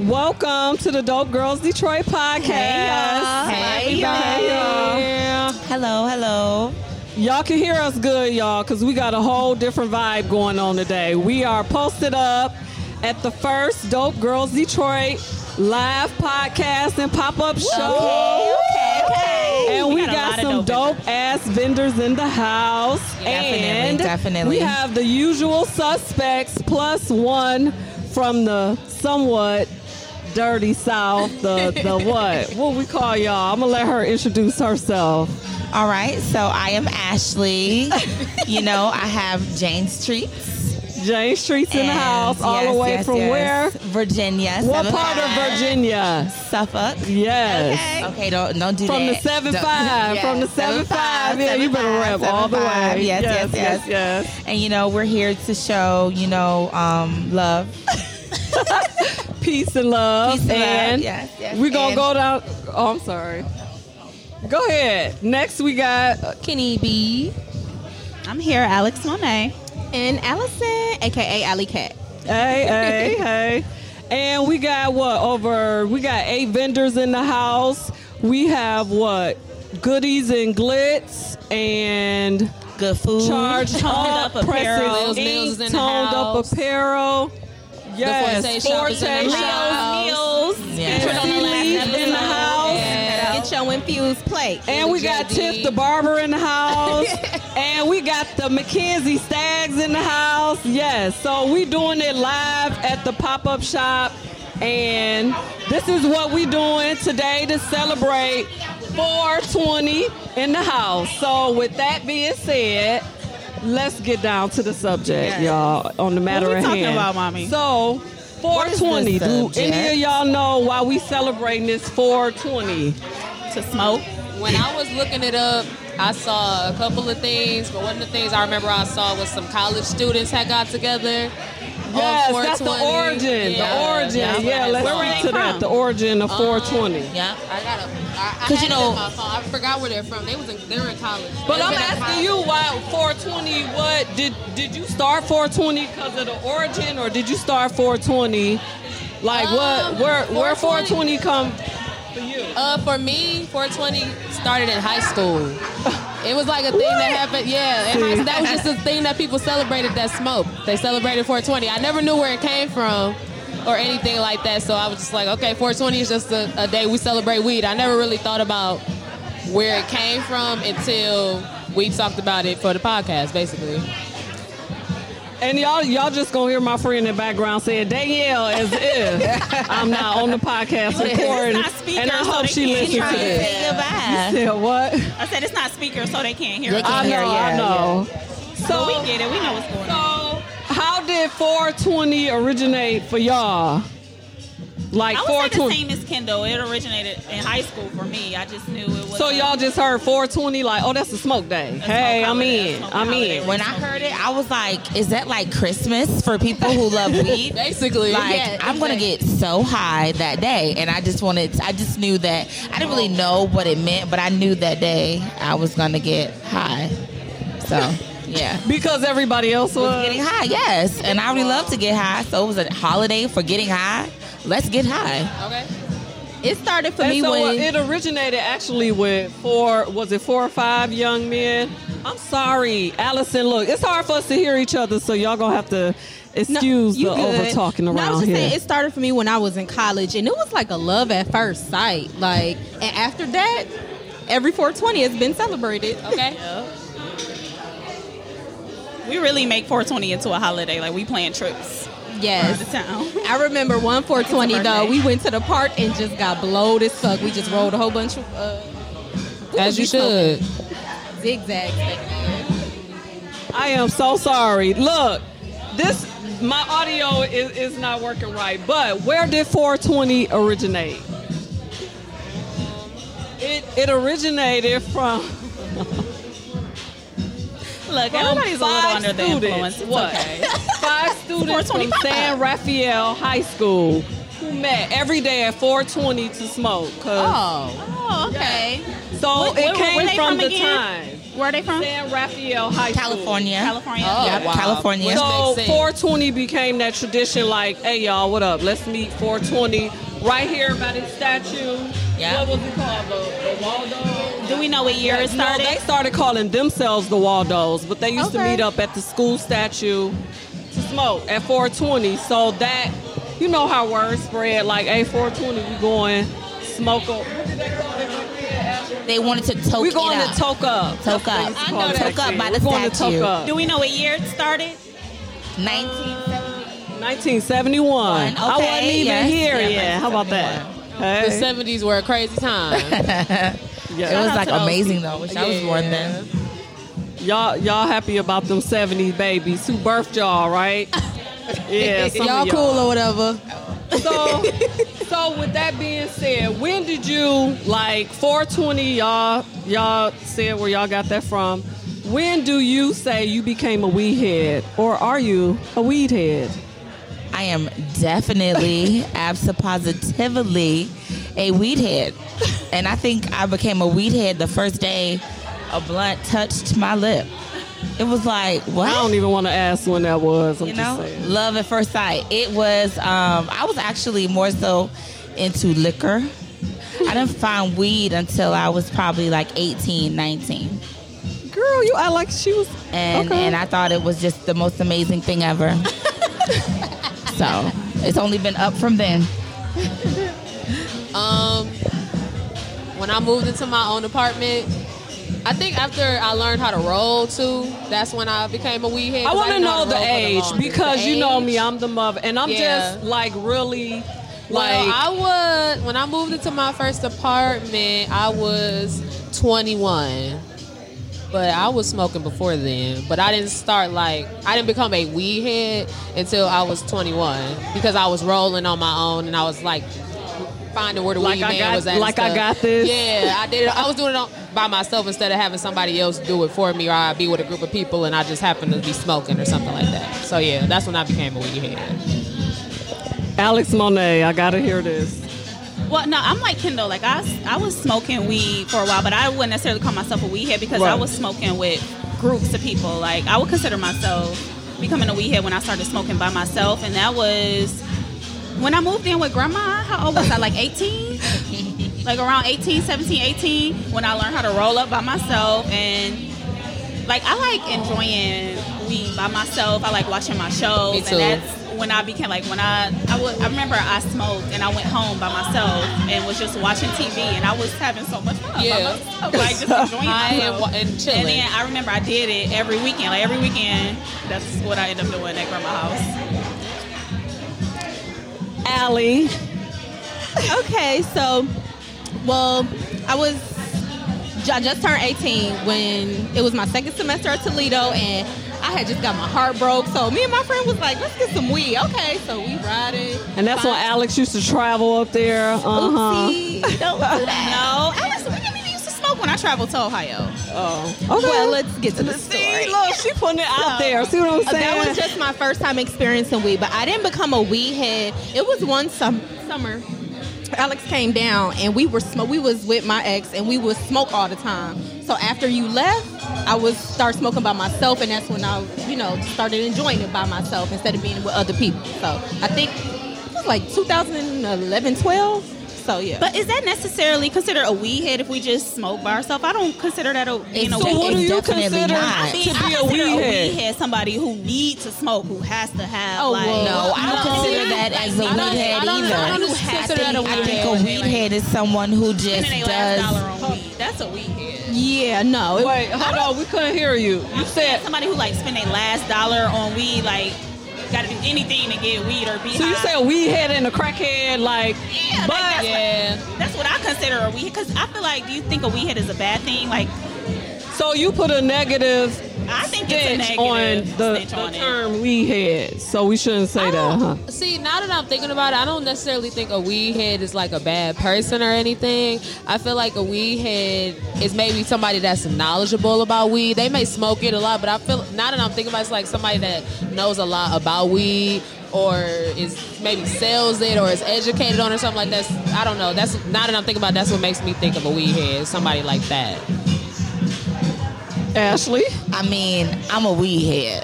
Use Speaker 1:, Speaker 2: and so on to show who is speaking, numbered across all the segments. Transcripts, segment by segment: Speaker 1: Welcome to the Dope Girls Detroit podcast.
Speaker 2: y'all. Hey,
Speaker 1: Hey, y'all.
Speaker 2: Hello, hello.
Speaker 1: Y'all can hear us good, y'all, because we got a whole different vibe going on today. We are posted up at the first Dope Girls Detroit live podcast and pop up show.
Speaker 2: okay, okay.
Speaker 1: And we,
Speaker 2: We got a
Speaker 1: got,
Speaker 2: lot of
Speaker 1: some dope,
Speaker 2: dope
Speaker 1: ass vendors in the house. and
Speaker 2: Definitely, definitely.
Speaker 1: We have the usual suspects plus one from the somewhat dirty south. The the what? What we call y'all? I'm gonna let her introduce herself.
Speaker 2: All right, so I am Ashley. you know, I have Jane Streets.
Speaker 1: Jane Street's in the
Speaker 2: and
Speaker 1: house, all
Speaker 2: yes,
Speaker 1: the way
Speaker 2: yes,
Speaker 1: from
Speaker 2: yes,
Speaker 1: where?
Speaker 2: Virginia.
Speaker 1: What
Speaker 2: seven
Speaker 1: part of
Speaker 2: five,
Speaker 1: Virginia?
Speaker 2: Suffolk.
Speaker 1: Yes.
Speaker 2: Okay. Okay, don't don't do
Speaker 1: From the
Speaker 2: that.
Speaker 1: seven
Speaker 2: Don't-
Speaker 1: five, from the
Speaker 2: Yes,
Speaker 1: seven five, yeah, you better rap
Speaker 2: 7'5",
Speaker 1: all the
Speaker 2: 7'5".
Speaker 1: way.
Speaker 2: Yes, yes,
Speaker 1: yes,
Speaker 2: yes.
Speaker 1: yes.
Speaker 2: And you know, we're here to show, you know, um, love.
Speaker 1: peace and love.
Speaker 2: Peace and love,
Speaker 1: and
Speaker 2: yes, yes,
Speaker 1: we're going to go
Speaker 2: and-
Speaker 1: down. Oh, I'm sorry. Go ahead. Next, we got uh,
Speaker 2: Kenny B.
Speaker 3: I'm here, Alex Monet. And Allison, aka Alley Cat.
Speaker 1: hey, hey, hey. And we got what? Over, we got eight vendors in the house. We have what? Goodies and glitz and
Speaker 2: Good food.
Speaker 1: charged
Speaker 4: Toned
Speaker 1: up
Speaker 4: up apparel.
Speaker 1: presses,
Speaker 4: Mills, Mills is
Speaker 1: ink,
Speaker 4: in the
Speaker 1: toned up
Speaker 4: house.
Speaker 1: apparel. Yes,
Speaker 4: Forte shop is in the house.
Speaker 3: Meals.
Speaker 2: Yeah.
Speaker 1: Featured on the last episode.
Speaker 4: Yeah.
Speaker 3: Get your infused plate.
Speaker 1: And we got
Speaker 4: JD.
Speaker 1: Tiff the barber in the house. and we got the Mackenzie Stags in the house. Yes. So we doing it live at the pop-up shop. And this is what we doing today to celebrate 420 in the house. So with that being said, let's get down to the subject, y'all, on the matter
Speaker 3: we
Speaker 1: at
Speaker 3: talking
Speaker 1: hand.
Speaker 3: about, mommy?
Speaker 1: So 420. Do
Speaker 2: subject?
Speaker 1: any of y'all know why we celebrating this 420?
Speaker 3: to smoke.
Speaker 4: When I was looking it up, I saw a couple of things, but one of the things I remember I saw was some college students had got together.
Speaker 1: Yes,
Speaker 4: on
Speaker 1: that's the
Speaker 4: 420.
Speaker 1: origin. the origin.
Speaker 4: that's what
Speaker 1: Yeah,
Speaker 4: I
Speaker 1: let's
Speaker 4: saw.
Speaker 1: speak to
Speaker 3: they
Speaker 1: that.
Speaker 3: from? Um,
Speaker 1: The origin of 420.
Speaker 2: Yeah.
Speaker 4: I got a. I, I
Speaker 2: 'Cause
Speaker 4: had
Speaker 2: you
Speaker 4: it
Speaker 2: know-
Speaker 4: in my phone. I forgot where they're from. They was in, they were in college.
Speaker 1: But
Speaker 4: They
Speaker 1: I'm
Speaker 4: been in
Speaker 1: asking
Speaker 4: college.
Speaker 1: you why 420. What did did you start 420 because of the origin, or did you start 420? Like
Speaker 4: Um,
Speaker 1: what? Where where 420
Speaker 4: 420
Speaker 1: come for you?
Speaker 4: Uh, for me, 420 started in high school. It was like a thing that happened. Yeah, in high school, that was just a thing that people celebrated that smoke. They celebrated 420. I never knew where it came from or anything like that. So I was just like, okay, 420 is just a, a day we celebrate weed. I never really thought about where it came from until we talked about it for the podcast, basically.
Speaker 1: And y'all y'all just gonna hear my friend in the background saying Danielle as if I'm not on the podcast recording,
Speaker 3: not speaking,
Speaker 1: and I
Speaker 3: so
Speaker 1: hope
Speaker 3: they
Speaker 1: she
Speaker 3: can't
Speaker 1: listens
Speaker 3: hear
Speaker 1: to
Speaker 3: it.
Speaker 1: this.
Speaker 2: Say goodbye.
Speaker 1: Yeah, what?
Speaker 3: I said it's not speaker, so they can't hear
Speaker 2: They
Speaker 3: us.
Speaker 2: can't
Speaker 1: I know,
Speaker 2: hear you.
Speaker 1: I
Speaker 2: Yeah,
Speaker 1: know. So
Speaker 3: But we get it. We know what's going on.
Speaker 1: So, how did 420 originate for y'all? Like
Speaker 3: I would say the
Speaker 1: 420.
Speaker 3: same as Kendall. It originated in high school for me. I just knew it was.
Speaker 1: So
Speaker 3: a-
Speaker 1: y'all just heard 420, like, oh, that's a smoke day. hey, I'm
Speaker 3: holiday, a
Speaker 1: in.
Speaker 3: smoke
Speaker 1: I'm
Speaker 3: holiday.
Speaker 1: in.
Speaker 2: When I heard it, I was like, is that like Christmas for people who love weed?
Speaker 4: Basically,
Speaker 2: Like
Speaker 4: Yeah,
Speaker 2: I'm gonna
Speaker 4: exactly.
Speaker 2: get so high that day, and I just wanted. I just knew that I didn't really know what it meant, but I knew that day I was gonna get high. So yeah,
Speaker 1: Because everybody else
Speaker 2: getting
Speaker 1: was.
Speaker 2: high, yes, and I really love to get high. So it was a holiday for getting high. Let's get high.
Speaker 4: Okay.
Speaker 3: it started for
Speaker 1: And
Speaker 3: me
Speaker 1: so uh,
Speaker 3: when
Speaker 1: it originated actually with four, was it four or five young men? I'm sorry, Allison. Look, it's hard for us to hear each other, so y'all gonna have to excuse
Speaker 5: you
Speaker 1: the
Speaker 5: good.
Speaker 1: over talking around
Speaker 5: No, I was just
Speaker 1: here.
Speaker 5: saying it started for me when I was in college, and it was like a love at first sight. Like, and after that, every 420 has been celebrated.
Speaker 4: Okay.
Speaker 3: we really make 420 into a holiday. Like we plan trips out of
Speaker 5: Yes.
Speaker 3: town.
Speaker 5: I remember one 420
Speaker 3: It's a
Speaker 5: though.
Speaker 3: birthday.
Speaker 5: We went to the park and just got blowed as fuck. We just rolled a whole bunch of uh, what was
Speaker 4: As you
Speaker 5: we smoking?
Speaker 4: should.
Speaker 5: zigzags.
Speaker 1: I am so sorry. Look, this my audio is, is not working right. But where did 420 originate? It it originated from
Speaker 3: Look,
Speaker 1: from
Speaker 3: everybody's a little
Speaker 1: five
Speaker 3: under the
Speaker 1: students.
Speaker 3: influence. It's
Speaker 1: what?
Speaker 3: okay.
Speaker 1: Five students from
Speaker 3: 425.
Speaker 1: San Rafael High School who met every day at 420 to smoke. 'cause-
Speaker 5: Oh,
Speaker 3: Oh, okay.
Speaker 1: So
Speaker 3: What-
Speaker 1: it
Speaker 3: where- where
Speaker 1: came
Speaker 3: they
Speaker 1: from,
Speaker 3: from
Speaker 1: the
Speaker 3: again?
Speaker 1: time.
Speaker 3: Where are they from?
Speaker 1: San Rafael High School.
Speaker 2: California.
Speaker 3: California.
Speaker 4: Oh,
Speaker 2: Yep,
Speaker 4: wow.
Speaker 2: California.
Speaker 4: Well,
Speaker 1: So
Speaker 4: Makes sense.
Speaker 1: 420 became that tradition, like, hey y'all, what up? Let's meet 420 right here by this statue.
Speaker 2: Yeah.
Speaker 1: What was it called? The, the Waldo.
Speaker 3: Do we know what year it
Speaker 1: No,
Speaker 3: started?
Speaker 1: they started calling themselves the Waldos, but they used to
Speaker 3: Okay.
Speaker 1: meet up at the school statue to smoke at 420. So that, you know how word spread, like, hey, 420, we going smoke up.
Speaker 2: They wanted to toke
Speaker 1: We
Speaker 2: it
Speaker 1: going
Speaker 2: up.
Speaker 1: to Toke Up.
Speaker 2: Toke
Speaker 1: That's what
Speaker 2: Up.
Speaker 1: they used to
Speaker 2: I
Speaker 1: call
Speaker 2: know
Speaker 1: it
Speaker 2: that.
Speaker 1: back
Speaker 2: Toke Up
Speaker 1: then.
Speaker 2: by the
Speaker 1: We're going to Toke
Speaker 2: statue.
Speaker 1: Up.
Speaker 3: Do we know what year it started?
Speaker 2: 19.
Speaker 1: 1971.
Speaker 2: Okay,
Speaker 1: I wasn't even
Speaker 2: yes,
Speaker 1: here
Speaker 2: yeah,
Speaker 1: yet. How about that?
Speaker 4: The
Speaker 1: Hey.
Speaker 4: 70s were a crazy time.
Speaker 1: Yeah.
Speaker 2: It was like
Speaker 4: to those
Speaker 2: amazing though. I wish I was
Speaker 4: Yeah.
Speaker 2: born then.
Speaker 1: Y'all, y'all happy about them 70 babies who birthed y'all, right? Yeah, some
Speaker 4: y'all
Speaker 1: of
Speaker 4: cool or whatever.
Speaker 1: So, so with that being said, when did you like 420? Y'all, y'all said where y'all got that from. When do you say you became a weed head, or are you a weed head?
Speaker 2: I am definitely, absolutely a weed head. And I think I became a weed head the first day a blunt touched my lip. It was like, what?
Speaker 1: I don't even want to ask when that was. I'm
Speaker 2: you
Speaker 1: just
Speaker 2: know,
Speaker 1: saying.
Speaker 2: love at first sight. It was, um, I was actually more so into liquor. I didn't find weed until I was probably like 18, 19.
Speaker 1: Girl, you act like she was.
Speaker 2: and
Speaker 1: okay.
Speaker 2: and I thought it was just the most amazing thing ever. so it's only been up from then.
Speaker 4: Um, when I moved into my own apartment, I think after I learned how to roll too, that's when I became a weed head.
Speaker 1: I
Speaker 4: 'cause
Speaker 1: want to
Speaker 4: didn't
Speaker 1: know
Speaker 4: how
Speaker 1: the
Speaker 4: roll for
Speaker 1: age
Speaker 4: longest.
Speaker 1: because
Speaker 4: The
Speaker 1: you know
Speaker 4: age?
Speaker 1: me, I'm the mother, and I'm
Speaker 4: Yeah.
Speaker 1: just like really, like
Speaker 4: well, I would when I moved into my first apartment, I was 21. But I was smoking before then. But I didn't start like I didn't become a weed head until I was 21 because I was rolling on my own and I was like finding where the
Speaker 1: Like
Speaker 4: weed
Speaker 1: I
Speaker 4: man
Speaker 1: got-
Speaker 4: was at. and
Speaker 1: like I
Speaker 4: stuff.
Speaker 1: got this.
Speaker 4: Yeah, I did. it. I was doing it on, by myself instead of having somebody else do it for me, or I'd be with a group of people and I just happened to be smoking or something like that. So yeah, that's when I became a weed head.
Speaker 1: Alex Monet. I gotta hear this.
Speaker 3: Well, no, I'm like Kendall. Like I, s- I was smoking weed for a while, but I wouldn't necessarily call myself a weed head because I
Speaker 1: Right.
Speaker 3: was smoking with groups of people. Like I would consider myself becoming a weed head when I started smoking by myself, and that was when I moved in with grandma. How old was I? Like 18. like around 18, 17, 18, when I learned how to roll up by myself and like I like enjoying weed by myself. I like watching my shows
Speaker 4: Me too.
Speaker 3: and that's when I became like when I I, would, I remember I smoked and I went home by myself and was just watching TV and I was having so much fun. by
Speaker 4: Yeah.
Speaker 3: myself, like just enjoying
Speaker 4: I am wa-
Speaker 3: myself.
Speaker 4: and chilling.
Speaker 3: And then I remember I did it every weekend. Like every weekend, that's what I end up doing at grandma's house.
Speaker 1: Allie,
Speaker 5: okay, so, well, I was, I just turned 18 when it was my second semester at Toledo, and I had just got my heart broke. So me and my friend was like, let's get some weed. Okay, so we riding.
Speaker 1: and that's when Alex used to travel up there. Uh huh.
Speaker 5: Oopsie, don't do that.
Speaker 3: No, Alice, we didn't even used to smoke when I traveled to Ohio.
Speaker 1: Oh, okay.
Speaker 5: Well, let's get to the
Speaker 1: See,
Speaker 5: story.
Speaker 1: look, she putting it out there. See what I'm
Speaker 5: Uh,
Speaker 1: saying?
Speaker 5: That was just my first time experiencing weed, but I didn't become a weed head. It was one sum- summer. Alex came down and we were sm- we was with my ex and we would smoke all the time. So after you left, I was start smoking by myself and that's when I, you know, started enjoying it by myself instead of being with other people. So I think it was like 2011, 12. So yeah.
Speaker 3: But is that necessarily considered a weed head if we just smoke by ourselves? I don't consider that a being a
Speaker 2: It's-
Speaker 1: so.
Speaker 3: weed
Speaker 1: What do
Speaker 2: It's
Speaker 1: you
Speaker 2: definitely
Speaker 1: consider
Speaker 2: not.
Speaker 1: to
Speaker 3: I mean,
Speaker 1: be
Speaker 3: I
Speaker 1: a
Speaker 3: consider
Speaker 1: weed
Speaker 3: a
Speaker 1: head?
Speaker 3: weed head somebody who needs to smoke, who has to have
Speaker 5: Oh,
Speaker 3: like.
Speaker 5: well,
Speaker 2: No, I don't
Speaker 5: No.
Speaker 2: consider that as a
Speaker 4: I don't-
Speaker 2: weed head
Speaker 4: I don't-
Speaker 2: either.
Speaker 4: I don't
Speaker 3: You have
Speaker 4: consider
Speaker 3: to
Speaker 4: that a
Speaker 3: be-
Speaker 4: weed
Speaker 2: I think
Speaker 4: head.
Speaker 2: a weed head is someone who just
Speaker 3: Spending their last dollar
Speaker 2: does.
Speaker 3: on weed. That's a weed head.
Speaker 5: yeah, no. It,
Speaker 1: Wait, hold on. We couldn't hear you. You said.
Speaker 3: Somebody who like spend their last dollar on weed, like got to do anything to get weed or be
Speaker 1: So you
Speaker 3: high.
Speaker 1: said weed head and a crackhead, like.
Speaker 3: Yeah, like,
Speaker 1: but
Speaker 3: that's
Speaker 4: Yeah.
Speaker 3: That's what I consider a weed because I feel like, do you think a weed head is a bad thing? Like,
Speaker 1: so you put a negative.
Speaker 3: I think it's a
Speaker 1: Stitch
Speaker 3: negative
Speaker 1: on the,
Speaker 3: stitch
Speaker 1: the
Speaker 3: on it.
Speaker 1: term weed head, so we shouldn't say
Speaker 4: I
Speaker 1: that, huh?
Speaker 4: don't- See, now that I'm thinking about it, I don't necessarily think a weed head is like a bad person or anything. I feel like a weed head is maybe somebody that's knowledgeable about weed. They may smoke it a lot, but I feel now that I'm thinking about it, it's like somebody that knows a lot about weed or is maybe sells it or is educated on it or something like that. I don't know. That's now that I'm thinking about it, that's what makes me think of a weed head, somebody like that.
Speaker 1: Ashley.
Speaker 2: I mean, I'm a weed head.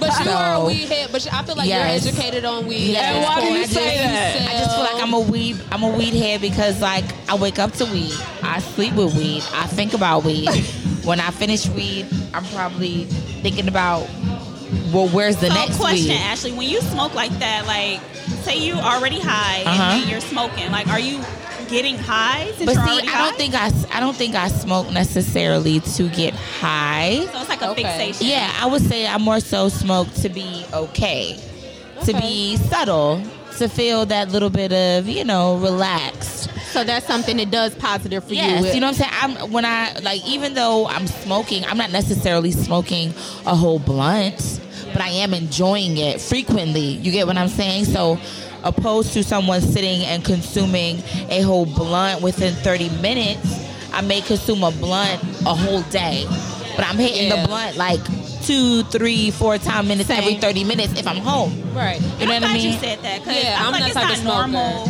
Speaker 4: But you
Speaker 2: So-
Speaker 4: are a weed head. But I feel like
Speaker 2: Yes.
Speaker 4: you're educated on weed.
Speaker 2: Yes. And why do
Speaker 1: you
Speaker 4: I
Speaker 1: say
Speaker 4: just-
Speaker 1: that?
Speaker 2: I just feel like I'm a weed. I'm a weed head because like I wake up to weed. I sleep with weed. I think about weed. when I finish weed, I'm probably thinking about well, where's the
Speaker 3: So
Speaker 2: next
Speaker 3: Oh, Uh, question,
Speaker 2: weed?
Speaker 3: Ashley, when you smoke like that, like say you already high
Speaker 2: Uh-huh.
Speaker 3: and then you're smoking, like are you getting high since
Speaker 2: But
Speaker 3: you're
Speaker 2: see,
Speaker 3: already
Speaker 2: I
Speaker 3: high?
Speaker 2: don't think I, s- I don't think I smoke necessarily to get high.
Speaker 3: so it's like a
Speaker 4: Okay.
Speaker 3: fixation.
Speaker 2: Yeah, I would say I more so smoke to be okay, to
Speaker 4: Okay.
Speaker 2: be subtle, to feel that little bit of you know relaxed.
Speaker 5: So that's something that does positive for
Speaker 2: Yes,
Speaker 5: you.
Speaker 2: you know what I'm saying. I'm when I like even though I'm smoking, I'm not necessarily smoking a whole blunt, but I am enjoying it frequently. You get what I'm saying? So opposed to someone sitting and consuming a whole blunt within 30 minutes, I may consume a blunt a whole day, but I'm hitting
Speaker 4: Yeah.
Speaker 2: the blunt like two, three, four time minutes every
Speaker 5: Same.
Speaker 2: 30 minutes if I'm home.
Speaker 4: Right.
Speaker 2: You know
Speaker 3: I'm
Speaker 2: what I
Speaker 3: glad
Speaker 2: mean?
Speaker 3: you said that because
Speaker 4: Yeah,
Speaker 3: I feel
Speaker 4: I'm
Speaker 3: like
Speaker 4: that
Speaker 3: it's
Speaker 4: type
Speaker 3: not
Speaker 4: of smoker.
Speaker 3: normal.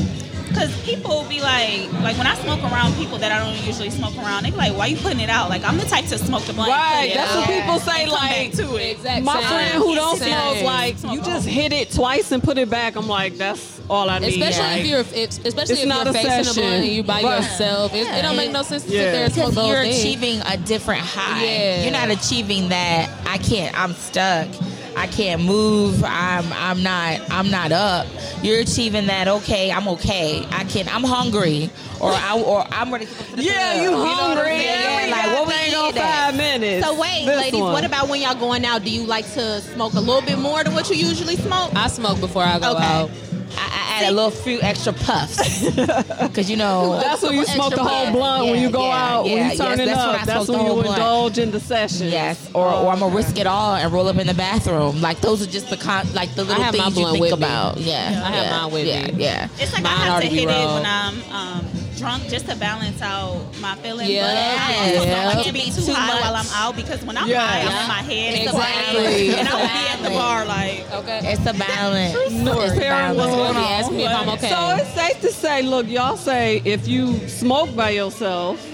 Speaker 3: Because people be like, like when I smoke around people that I don't usually smoke around, they be like, "Why you putting it out?" Like I'm the type to smoke the blunt. and put
Speaker 1: Right,
Speaker 3: it
Speaker 1: that's
Speaker 3: out.
Speaker 1: what people say.
Speaker 3: And come back
Speaker 1: Like
Speaker 3: to it.
Speaker 4: Exact
Speaker 1: my
Speaker 4: same.
Speaker 1: friend who don't
Speaker 4: Same.
Speaker 1: smoke, like you just hit it twice and put it back. I'm like, that's all I need.
Speaker 4: Especially
Speaker 1: like,
Speaker 4: if you're, if, especially if
Speaker 1: not
Speaker 4: you're
Speaker 1: a
Speaker 4: facing
Speaker 1: session.
Speaker 4: a blunt and you by
Speaker 1: Right.
Speaker 4: yourself, it, it don't make no sense to
Speaker 1: Yeah.
Speaker 4: sit there and smoke
Speaker 2: because
Speaker 4: the whole
Speaker 2: you're
Speaker 4: thing.
Speaker 2: achieving a different high.
Speaker 4: Yeah.
Speaker 2: You're not achieving that. I can't. I'm stuck. I can't move. I'm. I'm not. I'm not up. You're achieving that. Okay. I'm okay. I can. I'm hungry. Or I. Or I'm ready. To go to the
Speaker 1: yeah,
Speaker 2: club.
Speaker 1: you
Speaker 2: know what I'm
Speaker 1: hungry?
Speaker 2: saying?
Speaker 1: Yeah,
Speaker 2: Yeah,
Speaker 1: like what we
Speaker 2: did
Speaker 1: on
Speaker 2: at?
Speaker 1: five minutes.
Speaker 5: So wait,
Speaker 1: This
Speaker 5: ladies,
Speaker 1: one.
Speaker 5: what about when y'all going out? Do you like to smoke a little bit more than what you usually smoke?
Speaker 4: I smoke before I go
Speaker 5: Okay.
Speaker 4: out.
Speaker 2: I, I add a little few extra puffs because you know.
Speaker 1: That's when you
Speaker 5: Couple
Speaker 1: smoke
Speaker 5: extra
Speaker 1: the whole
Speaker 5: bucks.
Speaker 1: blunt when
Speaker 2: Yeah,
Speaker 1: you go
Speaker 2: yeah,
Speaker 1: out, when
Speaker 2: yeah,
Speaker 1: you
Speaker 2: yes,
Speaker 1: turn it
Speaker 2: that's when I
Speaker 1: up. That's
Speaker 2: smoked the
Speaker 1: when you
Speaker 2: whole blunt.
Speaker 1: indulge in the session. Um,
Speaker 2: Yes, or, or I'm
Speaker 4: Um,
Speaker 2: gonna risk it all and roll up in the bathroom. Like those are just the con- like the little
Speaker 4: have my
Speaker 2: things you
Speaker 4: blunt
Speaker 2: think
Speaker 4: with me.
Speaker 2: about. Yeah,
Speaker 4: I have
Speaker 2: yeah,
Speaker 4: mine with
Speaker 2: yeah,
Speaker 4: me.
Speaker 2: Yeah,
Speaker 3: It's like
Speaker 4: Mine
Speaker 3: I have to
Speaker 4: already
Speaker 3: hit it
Speaker 4: rolled.
Speaker 3: when I'm um, drunk just to balance out my feelings.
Speaker 4: Yeah.
Speaker 3: But I also don't like to be
Speaker 2: Yeah.
Speaker 3: too
Speaker 2: Too
Speaker 3: high
Speaker 2: much.
Speaker 3: while I'm out because when I'm
Speaker 1: Yeah.
Speaker 3: high, I'm
Speaker 1: Yeah.
Speaker 3: in my head. It's a
Speaker 4: Exactly.
Speaker 3: vibe. And I will be at the bar like,
Speaker 4: Okay.
Speaker 2: It's a balance. It's
Speaker 1: Parent, what's
Speaker 2: balance.
Speaker 1: going
Speaker 4: He
Speaker 1: on?
Speaker 4: asked me if I'm okay.
Speaker 1: So it's safe to say, look, y'all say if you smoke by yourself,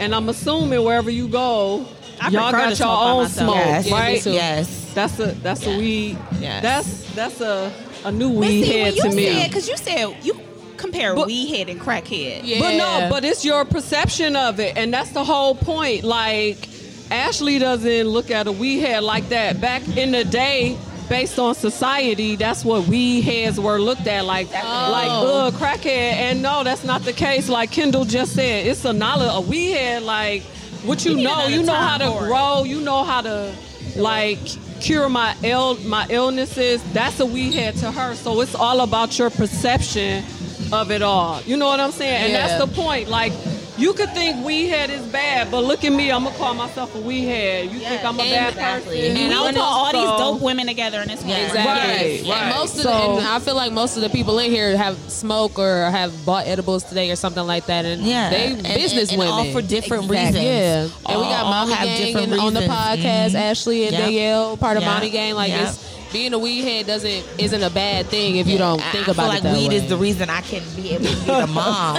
Speaker 1: and I'm assuming wherever you go,
Speaker 3: I
Speaker 1: y'all
Speaker 3: prefer
Speaker 1: got
Speaker 3: to
Speaker 1: your
Speaker 3: smoke by
Speaker 1: own
Speaker 3: myself.
Speaker 1: smoke,
Speaker 2: Yes.
Speaker 4: Yeah, me
Speaker 1: right?
Speaker 4: too.
Speaker 2: Yes.
Speaker 1: That's a that's a weed.
Speaker 2: Yes.
Speaker 1: That's that's a a new
Speaker 3: But
Speaker 1: weed
Speaker 3: see,
Speaker 1: head
Speaker 3: when
Speaker 1: to
Speaker 3: you
Speaker 1: me.
Speaker 3: because you said you compare
Speaker 1: But-
Speaker 3: weed head and crackhead.
Speaker 4: Yeah.
Speaker 1: But no, but it's your perception of it, and that's the whole point. Like Ashley doesn't look at a weed head like that. Back in the day, based on society, that's what weed heads were looked at like, like ugh, crackhead. And no, that's not the case. Like Kendall just said, it's a knowledge. A weed head, like what you
Speaker 3: need
Speaker 1: know,
Speaker 3: another
Speaker 1: you know
Speaker 3: time
Speaker 1: how to
Speaker 3: for it.
Speaker 1: grow, Oh, you know how to like cure my ill my illnesses. That's a weed head to her. So it's all about your perception of it all. You know what I'm saying? And
Speaker 4: Yeah.
Speaker 1: that's the point. Like you could think weed head is bad, but look at me. I'm gonna call myself a weed head. You think I'm a bad
Speaker 2: Exactly.
Speaker 1: person?
Speaker 3: And
Speaker 1: You
Speaker 3: I will put all
Speaker 1: also-
Speaker 3: these dope women together in this one.
Speaker 4: Exactly.
Speaker 1: Right,
Speaker 4: And
Speaker 1: right.
Speaker 4: most of
Speaker 1: So-
Speaker 4: the, and I feel like most of the people in here have smoke or have bought edibles today or something like that, and
Speaker 2: Yeah.
Speaker 4: they
Speaker 2: And-
Speaker 4: business
Speaker 2: and- and
Speaker 4: women
Speaker 2: all for different reasons.
Speaker 4: Yeah, and
Speaker 2: All-
Speaker 4: we got
Speaker 2: all
Speaker 4: Mommy
Speaker 2: have
Speaker 4: Gang
Speaker 2: different
Speaker 4: and- on the
Speaker 2: reasons.
Speaker 4: podcast.
Speaker 2: Mhm.
Speaker 4: Ashley and
Speaker 2: Yep.
Speaker 4: Danielle, part of
Speaker 2: Yep.
Speaker 4: Mommy Gang. Like
Speaker 2: Yep.
Speaker 4: it's being a weed head doesn't isn't a bad thing if you don't
Speaker 2: I-
Speaker 4: think
Speaker 2: I
Speaker 4: about
Speaker 2: feel
Speaker 4: it.
Speaker 2: like
Speaker 4: that
Speaker 2: weed
Speaker 4: way.
Speaker 2: is the reason I can be able to be the mom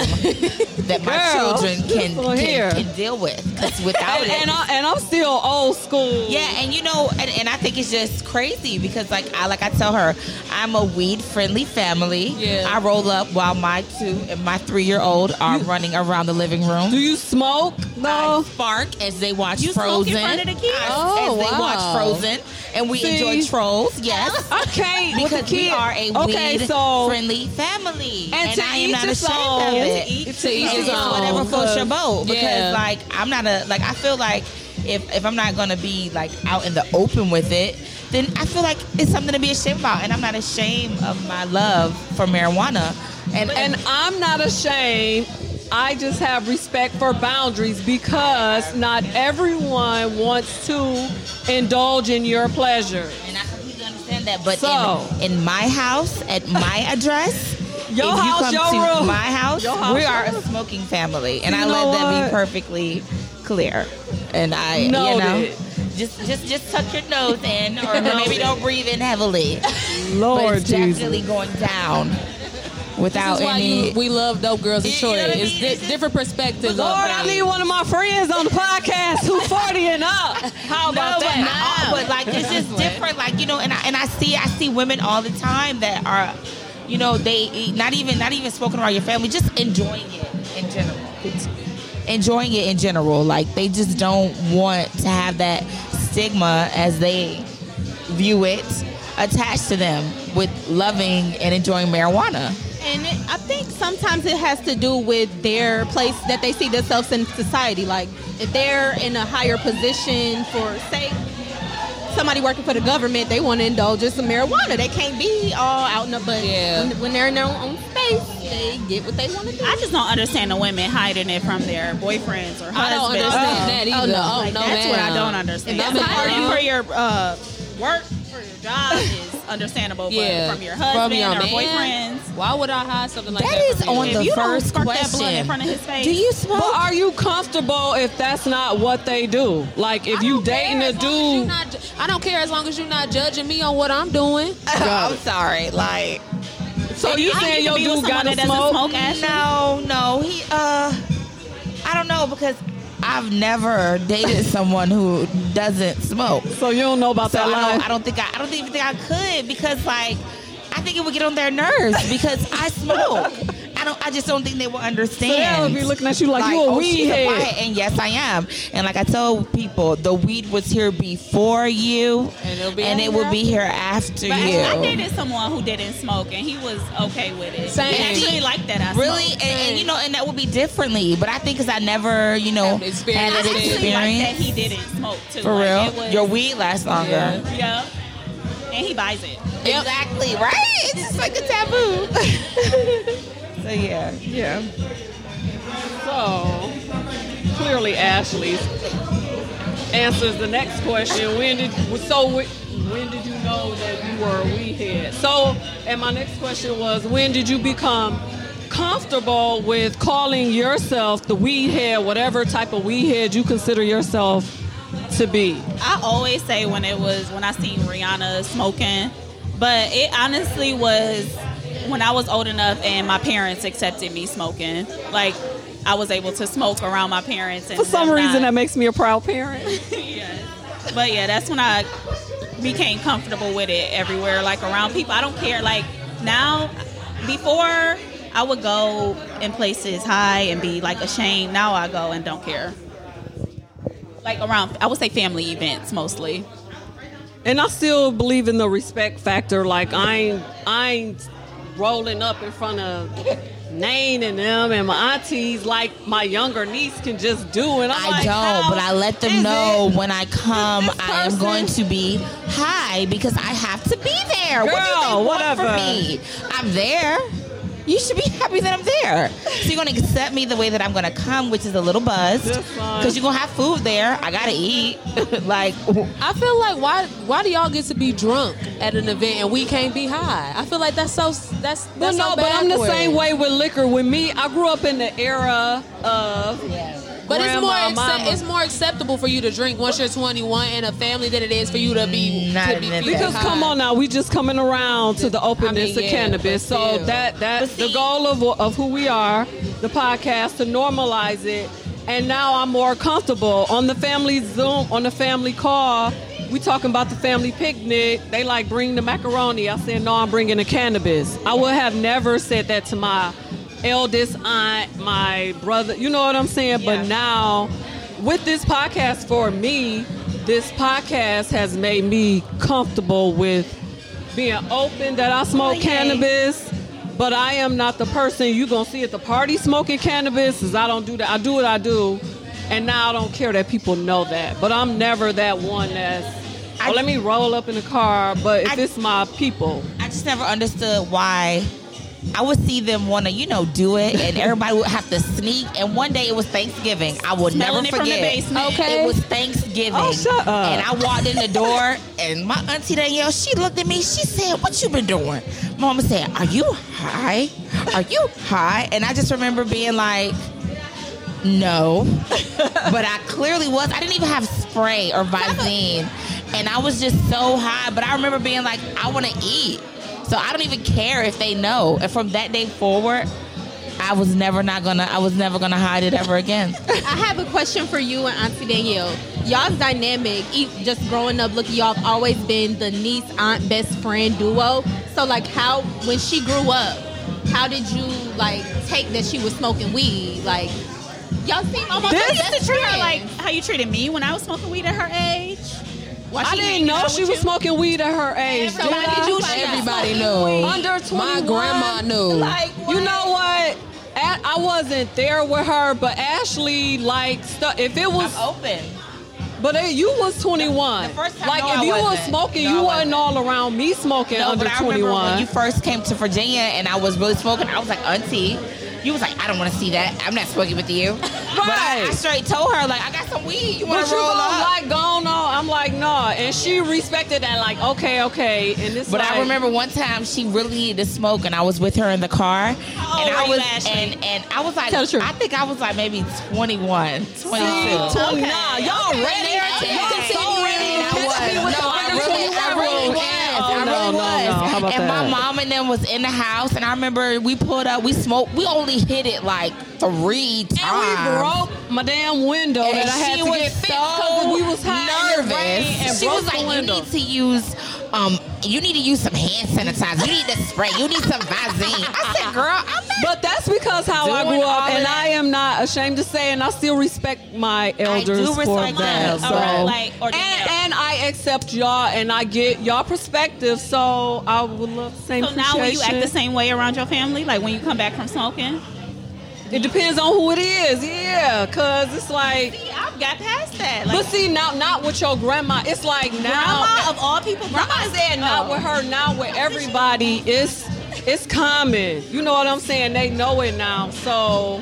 Speaker 2: that my
Speaker 1: Girl,
Speaker 2: children
Speaker 1: this
Speaker 2: can
Speaker 1: one here.
Speaker 2: can, can deal with. 'Cause without
Speaker 1: And,
Speaker 2: it,
Speaker 1: and, I, and I'm still old school.
Speaker 2: Yeah, and you know, and, and I think it's just crazy because like I like I tell her, I'm a weed friendly family.
Speaker 4: Yeah.
Speaker 2: I roll up while my two and my three year old are running around the living room.
Speaker 1: Do you smoke?
Speaker 2: I
Speaker 1: No.
Speaker 2: spark as they watch
Speaker 3: You smoke
Speaker 2: Frozen.
Speaker 3: in front of the kids?
Speaker 2: I-
Speaker 4: Oh,
Speaker 2: as they
Speaker 4: wow.
Speaker 2: watch Frozen, and we
Speaker 1: See?
Speaker 2: enjoy trolls. Yes.
Speaker 1: I can't with
Speaker 2: Because
Speaker 1: the kid.
Speaker 2: we are a
Speaker 1: okay,
Speaker 2: weed
Speaker 1: so
Speaker 2: friendly family, and,
Speaker 1: to
Speaker 2: I am
Speaker 1: each
Speaker 2: not
Speaker 1: his
Speaker 2: ashamed
Speaker 1: own.
Speaker 2: of it.
Speaker 1: To each
Speaker 4: To each
Speaker 2: It's
Speaker 4: his own.
Speaker 2: whatever floats your boat because
Speaker 4: Yeah.
Speaker 2: like I'm not a like I feel like if if I'm not gonna be like out in the open with it, then I feel like it's something to be ashamed about, and I'm not ashamed of my love for marijuana. And
Speaker 1: and I'm not ashamed. I just have respect for boundaries because not everyone wants to indulge in your pleasure.
Speaker 2: and I completely understand that, but
Speaker 1: So-
Speaker 2: in, in my house at my address.
Speaker 1: Your
Speaker 2: if
Speaker 1: house,
Speaker 2: you come
Speaker 1: your
Speaker 2: to
Speaker 1: room.
Speaker 2: my house,
Speaker 1: Your house,
Speaker 2: we are
Speaker 1: your
Speaker 2: a smoking family, and
Speaker 1: You
Speaker 2: I
Speaker 1: know
Speaker 2: let that
Speaker 1: what?
Speaker 2: be perfectly clear. And I, you know,
Speaker 1: Noted.
Speaker 2: just just just tuck your nose in, or maybe don't breathe in heavily.
Speaker 1: Lord
Speaker 2: but it's definitely going down. without
Speaker 4: That's why
Speaker 2: any.
Speaker 4: you, we love dope girls in
Speaker 2: You
Speaker 4: short.
Speaker 2: know what I
Speaker 4: It's
Speaker 2: mean?
Speaker 4: di-
Speaker 2: It's just-
Speaker 4: different perspectives.
Speaker 1: Lord,
Speaker 4: on
Speaker 1: I
Speaker 4: things.
Speaker 1: need one of my friends on the podcast who 40 and up. How
Speaker 2: no,
Speaker 1: about
Speaker 2: but
Speaker 1: that?
Speaker 2: no, Uh, but like it's just different. Like you know, and I, and I see I see women all the time that are, you know, they not even not even spoken about your family, just enjoying it in general. Enjoying it in general, like they just don't want to have that stigma as they view it attached to them with loving and enjoying marijuana.
Speaker 5: And it, I think sometimes it has to do with their place that they see themselves in society. Like if they're in a higher position for, say, somebody working for the government, they want to indulge in some marijuana. They can't be all out in the but
Speaker 4: Yeah.
Speaker 5: when, when they're in their own space, they get what they want to do.
Speaker 3: I just don't understand the women hiding it from their boyfriends or husbands.
Speaker 4: I don't understand that
Speaker 5: Oh,
Speaker 4: either.
Speaker 5: no.
Speaker 4: Oh,
Speaker 3: Like,
Speaker 4: no,
Speaker 3: that's
Speaker 4: ma'am.
Speaker 3: what I don't understand.
Speaker 4: If
Speaker 3: If
Speaker 4: I'm
Speaker 3: that's
Speaker 4: in
Speaker 3: hiding
Speaker 4: love-
Speaker 3: for your uh, work, for your job is understandable,
Speaker 4: yeah,
Speaker 3: but from your husband
Speaker 4: your
Speaker 3: or
Speaker 4: man.
Speaker 3: boyfriends.
Speaker 4: Why would I hide something like that?
Speaker 2: That is
Speaker 4: from you?
Speaker 2: on
Speaker 3: If
Speaker 2: the
Speaker 3: you don't
Speaker 2: first
Speaker 3: squirt that blunt in
Speaker 2: question.
Speaker 3: front of his face,
Speaker 2: Do you smoke?
Speaker 1: But are you comfortable if that's not what they do? Like if
Speaker 4: I
Speaker 1: you
Speaker 4: don't care
Speaker 1: dating a
Speaker 4: as long as you
Speaker 1: dude,
Speaker 4: not ju- I don't care as long as you're not judging me on what I'm doing.
Speaker 2: I'm sorry, like.
Speaker 1: so you
Speaker 3: I
Speaker 1: saying
Speaker 3: need to
Speaker 1: your
Speaker 3: be
Speaker 1: dude
Speaker 3: with someone
Speaker 1: gotta
Speaker 3: that
Speaker 1: smoke?
Speaker 3: doesn't smoke Ashley?
Speaker 2: No, no. He uh I don't know because I've never dated someone who doesn't smoke.
Speaker 1: So you don't know about
Speaker 2: So I
Speaker 1: that
Speaker 2: don't, I
Speaker 1: life.
Speaker 2: don't think I, I don't even think I could because like I think it would get on their nerves because I smoke. I don't I just don't think they will
Speaker 1: So they'll
Speaker 2: understand.
Speaker 1: be looking at you like, you a
Speaker 2: oh,
Speaker 1: weed
Speaker 2: she's a
Speaker 1: head.
Speaker 2: white, and yes, I am. And like I told people, the weed was here before you,
Speaker 4: And it'll be
Speaker 2: it will be here after
Speaker 3: But
Speaker 2: you.
Speaker 3: I dated someone who didn't smoke, and he was okay with it.
Speaker 4: Same.
Speaker 3: He actually liked that. I
Speaker 2: Really,
Speaker 3: smoked.
Speaker 2: and, and you know, and that would be differently. But I think because I never, you know,
Speaker 4: Have the experience.
Speaker 2: had that
Speaker 3: I actually like that
Speaker 2: experience.
Speaker 3: he didn't smoke too.
Speaker 2: For
Speaker 3: Like,
Speaker 2: real,
Speaker 3: it was-
Speaker 2: your weed lasts longer.
Speaker 4: Yeah.
Speaker 3: Yeah. And he buys it.
Speaker 4: Yep.
Speaker 2: Exactly right. It's just like a taboo. so yeah,
Speaker 1: Yeah. So clearly, Ashley's answers the next question. When did so when, when did you know that you were a weed head? So, and my next question was, when did you become comfortable with calling yourself the weed head, whatever type of weed head you consider yourself to be?
Speaker 3: I always say when it was when I seen Rihanna smoking, but it honestly was when I was old enough and my parents accepted me smoking. Like I was able to smoke around my parents. And
Speaker 1: For some
Speaker 3: them not-
Speaker 1: reason, that makes me a proud parent.
Speaker 3: But yeah, that's when I became comfortable with it everywhere, like around people. I don't care. Like now, before I would go in places high and be like ashamed. Now I go and don't care. Like around, I would say family events mostly.
Speaker 1: And I still believe in the respect factor. Like I ain't, I ain't rolling up in front of Nane and them and my aunties like my younger niece can just do. And I'm
Speaker 2: I
Speaker 1: like,
Speaker 2: don't,
Speaker 1: how
Speaker 2: but I let
Speaker 1: is
Speaker 2: them know
Speaker 1: it?
Speaker 2: when I come,
Speaker 1: Is this
Speaker 2: I am
Speaker 1: person-
Speaker 2: going to be high because I have to be there. what do they
Speaker 1: Girl,
Speaker 2: want
Speaker 1: whatever.
Speaker 2: from me? I'm there. You should be happy that I'm there. So you're gonna accept me the way that I'm gonna come, which is a little buzzed,
Speaker 1: That's fine.
Speaker 2: because you're gonna have food there. I gotta eat. like
Speaker 4: I feel like why why do y'all get to be drunk at an event and we can't be high? I feel like that's so that's that's
Speaker 1: Well, no,
Speaker 4: so
Speaker 1: but I'm the
Speaker 4: backwards.
Speaker 1: same way with liquor. With me, I grew up in the era of
Speaker 4: But it's more
Speaker 1: Grandma,
Speaker 4: accept,
Speaker 1: mama.
Speaker 4: it's more acceptable for you to drink once you're 21 and a family than it is for you to be
Speaker 2: Not
Speaker 4: to be
Speaker 2: in
Speaker 4: be
Speaker 2: that
Speaker 1: because
Speaker 4: high.
Speaker 1: come on now, we just coming around to the openness
Speaker 4: I mean,
Speaker 1: of
Speaker 4: yeah,
Speaker 1: cannabis.
Speaker 4: but
Speaker 1: So
Speaker 4: still.
Speaker 1: that that's the goal of of who we are, the podcast to normalize it. And now I'm more comfortable on the family Zoom, on the family call. We talking about the family picnic. They like bring the macaroni. I said no, I'm bringing the cannabis. I would have never said that to my eldest aunt, my brother. You know what I'm saying? But now, with this podcast for me, this podcast has made me comfortable with being open that I smoke cannabis, but I am not the person you gonna see at the party smoking cannabis. Is I don't do that. I do what I do, and now I don't care that people know that. But I'm never that one that's.
Speaker 2: I-
Speaker 1: oh, let me roll up in the car, but if
Speaker 2: I-
Speaker 1: it's my people,
Speaker 2: I just never understood why I would see them want to, you know, do it, and everybody would have to sneak. And one day it was Thanksgiving. I will
Speaker 3: Smelling
Speaker 2: never
Speaker 3: it from the
Speaker 2: forget.
Speaker 3: basement.
Speaker 4: Okay.
Speaker 2: It was Thanksgiving.
Speaker 1: Oh, shut up.
Speaker 2: And I walked in the door, and my auntie Danielle, she looked at me. She said, "What you been doing?" Mama said, "Are you high? Are you high?" And I just remember being like. No, but I clearly was. I didn't even have spray or Visine, and I was just so high. But I remember being like, I want to eat, So I don't even care if they know. And from that day forward, I was never not gonna. I was never gonna hide it ever again.
Speaker 5: I have a question for you and Auntie Danielle. Y'all's dynamic, e- just growing up, look, y'all have always been the niece, aunt, best friend duo. So, like, how, when she grew up, how did you, like, take that she was smoking weed? Like, y'all seem almost
Speaker 3: I
Speaker 5: like
Speaker 3: used
Speaker 5: best
Speaker 3: to treat her
Speaker 5: friends.
Speaker 3: like how you treated me when I was smoking weed at her age. Why
Speaker 1: I
Speaker 3: she
Speaker 1: didn't
Speaker 3: hanging
Speaker 1: know
Speaker 3: out
Speaker 1: she
Speaker 3: with
Speaker 1: was
Speaker 3: you?
Speaker 1: smoking weed at her age.
Speaker 5: So
Speaker 1: did
Speaker 5: why
Speaker 1: I?
Speaker 5: did you find out?
Speaker 4: Everybody knew.
Speaker 1: Under 21.
Speaker 4: My grandma knew.
Speaker 1: Like, you know what? At, I wasn't there with her, but Ashley, like, stu- if it was,
Speaker 2: open.
Speaker 1: but it, you was 21.
Speaker 2: The- the first time-
Speaker 1: like,
Speaker 2: no,
Speaker 1: if
Speaker 2: I
Speaker 1: you was
Speaker 2: wasn't.
Speaker 1: smoking,
Speaker 2: No,
Speaker 1: you
Speaker 2: I
Speaker 1: wasn't
Speaker 2: wasn't.
Speaker 1: all around me smoking
Speaker 2: No,
Speaker 1: under
Speaker 2: but I remember
Speaker 1: 21.
Speaker 2: when you first came to Virginia and I was really smoking. I was like, Auntie, you was like, I don't want to see that. I'm not smoking with you. But I, I
Speaker 1: Right.
Speaker 2: straight told her like, I got some weed. You want
Speaker 1: But
Speaker 2: to
Speaker 1: you
Speaker 2: roll
Speaker 1: gonna
Speaker 2: up?
Speaker 1: like gone on? I'm like, nah. And she respected that, like, okay, okay. And this
Speaker 2: But I
Speaker 1: like-
Speaker 2: remember one time she really needed to smoke, and I was with her in the car,
Speaker 1: Oh,
Speaker 3: How old
Speaker 2: and I
Speaker 3: were you,
Speaker 2: was
Speaker 3: Ashley?
Speaker 2: and and I was like,
Speaker 5: Tell the truth.
Speaker 2: I think I was like maybe 21, 22.
Speaker 1: See, tw- Nah, y'all ready?
Speaker 2: okay.
Speaker 1: Y'all so
Speaker 2: Continue.
Speaker 1: ready to
Speaker 2: I
Speaker 1: catch me
Speaker 2: was.
Speaker 1: with
Speaker 2: No,
Speaker 1: the
Speaker 2: I
Speaker 1: under
Speaker 2: really-
Speaker 1: 21
Speaker 2: I really
Speaker 1: rule.
Speaker 2: was.
Speaker 1: Oh,
Speaker 2: I
Speaker 1: no,
Speaker 2: really
Speaker 1: no,
Speaker 2: was.
Speaker 1: no. How about
Speaker 2: and
Speaker 1: that?
Speaker 2: my mom and them was in the house, and I remember we pulled up, we smoked, we only hit it like three times.
Speaker 1: And we broke my damn window
Speaker 2: And
Speaker 1: that I had
Speaker 2: she
Speaker 1: to
Speaker 2: was
Speaker 1: get fixed because
Speaker 2: so
Speaker 1: we was high in the
Speaker 2: nervous.
Speaker 1: rain and
Speaker 2: she
Speaker 1: broke
Speaker 2: was like,
Speaker 1: the
Speaker 2: "You
Speaker 1: window.
Speaker 2: need to use, um, you need to use some hand sanitizer. You need to spray. You need some Visine." I said, "Girl, I'm not."
Speaker 1: But that's because how I
Speaker 2: Doing
Speaker 1: grew
Speaker 2: all
Speaker 1: up, and
Speaker 2: that.
Speaker 1: I am not ashamed to say, and I still respect my elders
Speaker 2: respect
Speaker 1: for
Speaker 2: them.
Speaker 1: that.
Speaker 2: All
Speaker 1: so.
Speaker 3: right, like, or
Speaker 1: and,
Speaker 3: Danielle.
Speaker 1: and I accept y'all, and I get y'all perspective. So I would love the same.
Speaker 3: So now will you act the
Speaker 1: appreciation.
Speaker 3: same way around your family? Like when you come back from smoking?
Speaker 1: It depends on who it is, yeah. Cause it's like,
Speaker 3: I've got past that.
Speaker 1: but see, now not with your grandma. It's like now.
Speaker 3: grandma of all people, grandma
Speaker 1: I said not with her, not with everybody. It's it's common. You know what I'm saying? They know it now. So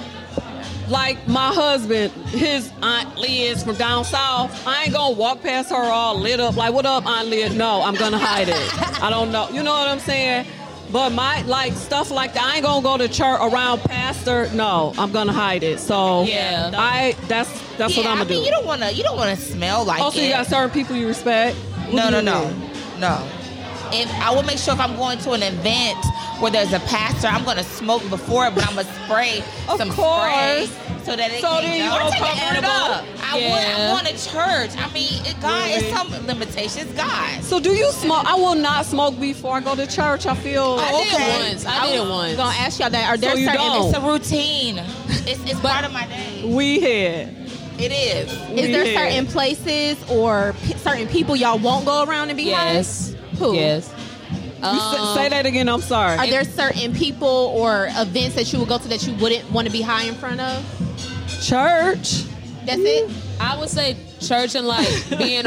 Speaker 1: like my husband, his aunt Liz from down south, I ain't gonna walk past her all lit up, like, what up, Aunt Liz? No, I'm gonna hide it. I don't know. You know what I'm saying? But my like stuff like that, I ain't gonna go to church around pastor. No, I'm gonna hide it. So
Speaker 4: Yeah.
Speaker 1: I that's that's what
Speaker 2: Yeah,
Speaker 1: I'm
Speaker 2: I
Speaker 1: gonna
Speaker 2: mean,
Speaker 1: do.
Speaker 2: You don't want to. You don't want to smell like
Speaker 1: also,
Speaker 2: it.
Speaker 1: you got certain people you respect. What
Speaker 2: no,
Speaker 1: do
Speaker 2: no,
Speaker 1: you
Speaker 2: no,
Speaker 1: do?
Speaker 2: no. If I will make sure if I'm going to an event where there's a pastor, I'm gonna smoke before, but I'm gonna spray
Speaker 1: Of
Speaker 2: some
Speaker 1: course.
Speaker 2: spray so that it
Speaker 1: So
Speaker 2: can
Speaker 1: then you
Speaker 2: go.
Speaker 1: don't cover it up.
Speaker 2: I
Speaker 4: Yeah.
Speaker 2: would. I'm going to church. I mean, it, God is some limitations. God.
Speaker 1: So do you smoke? I will not smoke before I go to church. I feel
Speaker 4: I did
Speaker 2: Okay.
Speaker 4: once. I did it once.
Speaker 5: gonna ask y'all that. Are there
Speaker 1: So you
Speaker 5: certain
Speaker 1: don't.
Speaker 2: It's a routine. It's, it's part of my day.
Speaker 1: we had.
Speaker 2: It is.
Speaker 5: Is there
Speaker 1: We had.
Speaker 5: certain places or p- certain people y'all won't go around and be
Speaker 4: Yes.
Speaker 5: high? Who?
Speaker 4: Yes.
Speaker 1: You sa-
Speaker 4: Um,
Speaker 1: say that again. I'm sorry.
Speaker 5: Are there certain people or events that you would go to that you wouldn't want to be high in front of?
Speaker 1: church.
Speaker 5: That's it.
Speaker 4: I would say church and like being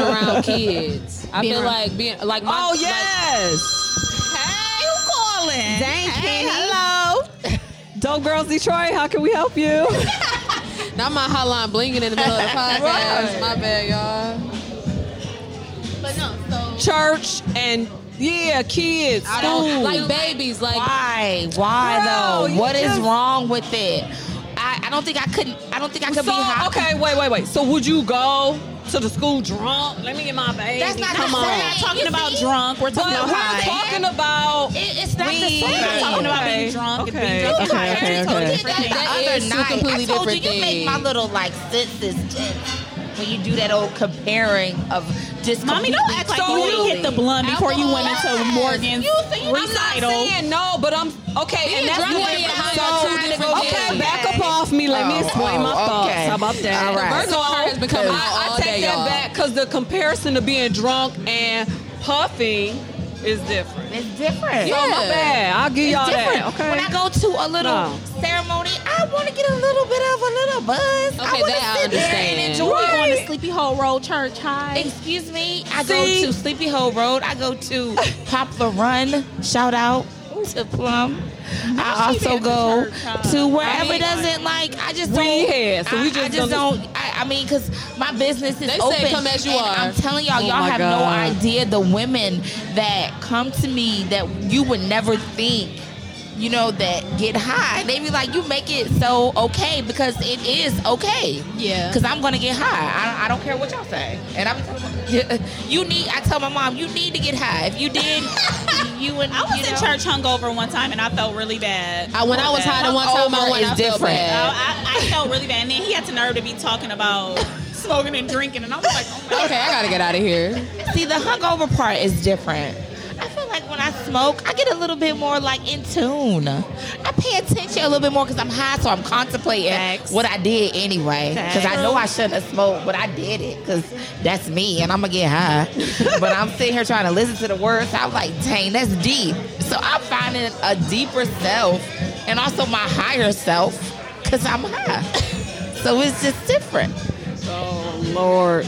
Speaker 4: around kids. I
Speaker 5: Being
Speaker 4: feel
Speaker 5: around-
Speaker 4: like being like my
Speaker 1: Oh yes.
Speaker 3: Hey, who calling?
Speaker 5: Dang, Kenny.
Speaker 1: hello. Dope Girls Detroit. How can we help you?
Speaker 4: like, not my hotline blinging in the middle of the podcast.
Speaker 1: Right.
Speaker 4: My bad, y'all.
Speaker 5: But no, so
Speaker 1: church and yeah, kids.
Speaker 4: I don't
Speaker 1: school.
Speaker 4: like babies. Like
Speaker 2: Why? Why
Speaker 1: Girl, you
Speaker 2: though? What is
Speaker 1: just-
Speaker 2: wrong with it? I, I don't think I could. I don't think I could
Speaker 1: so
Speaker 2: be high.
Speaker 1: okay, wait, wait, wait. So would you go to the school drunk? Let me get my baby.
Speaker 2: That's not
Speaker 1: Come
Speaker 2: the
Speaker 1: on.
Speaker 2: same.
Speaker 3: We're not talking
Speaker 2: You
Speaker 3: about
Speaker 2: see?
Speaker 3: drunk. We're
Speaker 1: But
Speaker 3: talking
Speaker 1: we're
Speaker 3: about high.
Speaker 1: talking about.
Speaker 2: It, it's not
Speaker 1: Weed.
Speaker 2: the
Speaker 1: We're
Speaker 2: same.
Speaker 1: not
Speaker 3: talking about being drunk and being drunk and
Speaker 1: Okay, okay,
Speaker 3: tired. It's totally
Speaker 1: okay.
Speaker 3: different.
Speaker 4: That- that
Speaker 2: the
Speaker 4: is two completely
Speaker 2: I told
Speaker 4: different
Speaker 2: you, you make my
Speaker 4: things.
Speaker 2: little like senses tense when you do that old comparing of just.
Speaker 3: Mommy, don't act like
Speaker 1: So
Speaker 3: you
Speaker 1: you-
Speaker 3: hit the blunt before you went into
Speaker 2: Yes.
Speaker 3: Morgan's
Speaker 2: You think- I'm not
Speaker 1: I'm
Speaker 3: recital.
Speaker 1: not saying no, but I'm okay. and that's
Speaker 4: drunk
Speaker 1: the
Speaker 4: and
Speaker 1: way.
Speaker 4: being high
Speaker 1: so,
Speaker 4: are two different
Speaker 1: okay,
Speaker 4: things.
Speaker 1: back up off me. Let me
Speaker 2: Oh,
Speaker 1: explain my
Speaker 2: oh,
Speaker 1: thoughts.
Speaker 2: okay.
Speaker 1: How about that?
Speaker 2: All right.
Speaker 4: Virgil Carter has been
Speaker 1: I,
Speaker 4: coming out
Speaker 1: I
Speaker 4: all
Speaker 1: take
Speaker 4: day,
Speaker 1: that
Speaker 4: y'all.
Speaker 1: back because the comparison to being drunk and puffing is different.
Speaker 2: It's different.
Speaker 1: So my bad. I'll give y'all
Speaker 2: different.
Speaker 1: that. Okay.
Speaker 2: When I go to a little
Speaker 1: No.
Speaker 2: ceremony, I want to get a little bit of a little buzz. I
Speaker 4: Okay,
Speaker 2: wanna
Speaker 4: that I
Speaker 2: sit there and
Speaker 4: understand.
Speaker 2: enjoy
Speaker 5: we going
Speaker 2: it.
Speaker 5: to Sleepy Hole Road Church High.
Speaker 2: Excuse me. I
Speaker 1: See?
Speaker 2: go to Sleepy Hole Road. I go to Poplar Run. Shout out to Plum. I
Speaker 3: she
Speaker 2: also
Speaker 3: been to
Speaker 2: go
Speaker 3: church, huh?
Speaker 2: to wherever
Speaker 3: I mean,
Speaker 2: doesn't like. I just
Speaker 1: we
Speaker 2: don't.
Speaker 1: here, so we
Speaker 2: I-
Speaker 1: just
Speaker 2: I, just
Speaker 1: gonna-
Speaker 2: don't. I, I mean, because my business is
Speaker 4: They said
Speaker 2: open.
Speaker 4: come as you
Speaker 2: and
Speaker 4: are.
Speaker 2: I'm telling y'all,
Speaker 1: Oh
Speaker 2: y'all
Speaker 1: my
Speaker 2: have no
Speaker 1: God.
Speaker 2: idea the women that come to me that you would never think you know, that get high, they be like, you make it so okay because it is okay.
Speaker 5: Yeah.
Speaker 2: Because I'm going to get high. I don't, I don't care what y'all say. And I'm you need, I tell my mom, you need to get high. If you did, you and
Speaker 3: I was
Speaker 2: you
Speaker 3: in
Speaker 2: know,
Speaker 3: church hungover one time and I felt really bad.
Speaker 4: I, when I was high the one time, I
Speaker 2: Hungover
Speaker 4: went.
Speaker 2: is
Speaker 4: I felt
Speaker 2: different.
Speaker 3: Oh,
Speaker 4: bad.
Speaker 3: I, I felt really bad. And then he had the nerve to be talking about smoking and drinking. And I was like, oh my
Speaker 4: Okay, I gotta get out of here.
Speaker 2: See, the hungover part is different. I feel like when I smoke, I get a little bit more like in tune. I pay attention a little bit more because I'm high, so I'm contemplating
Speaker 3: Facts.
Speaker 2: what I did anyway. Because I know I shouldn't have smoked, but I did it because that's me, and I'm gonna get high. but I'm sitting here trying to listen to the words. I'm like, dang, that's deep. So I'm finding a deeper self, and also my higher self, because I'm high. so it's just different.
Speaker 1: Oh, Lord.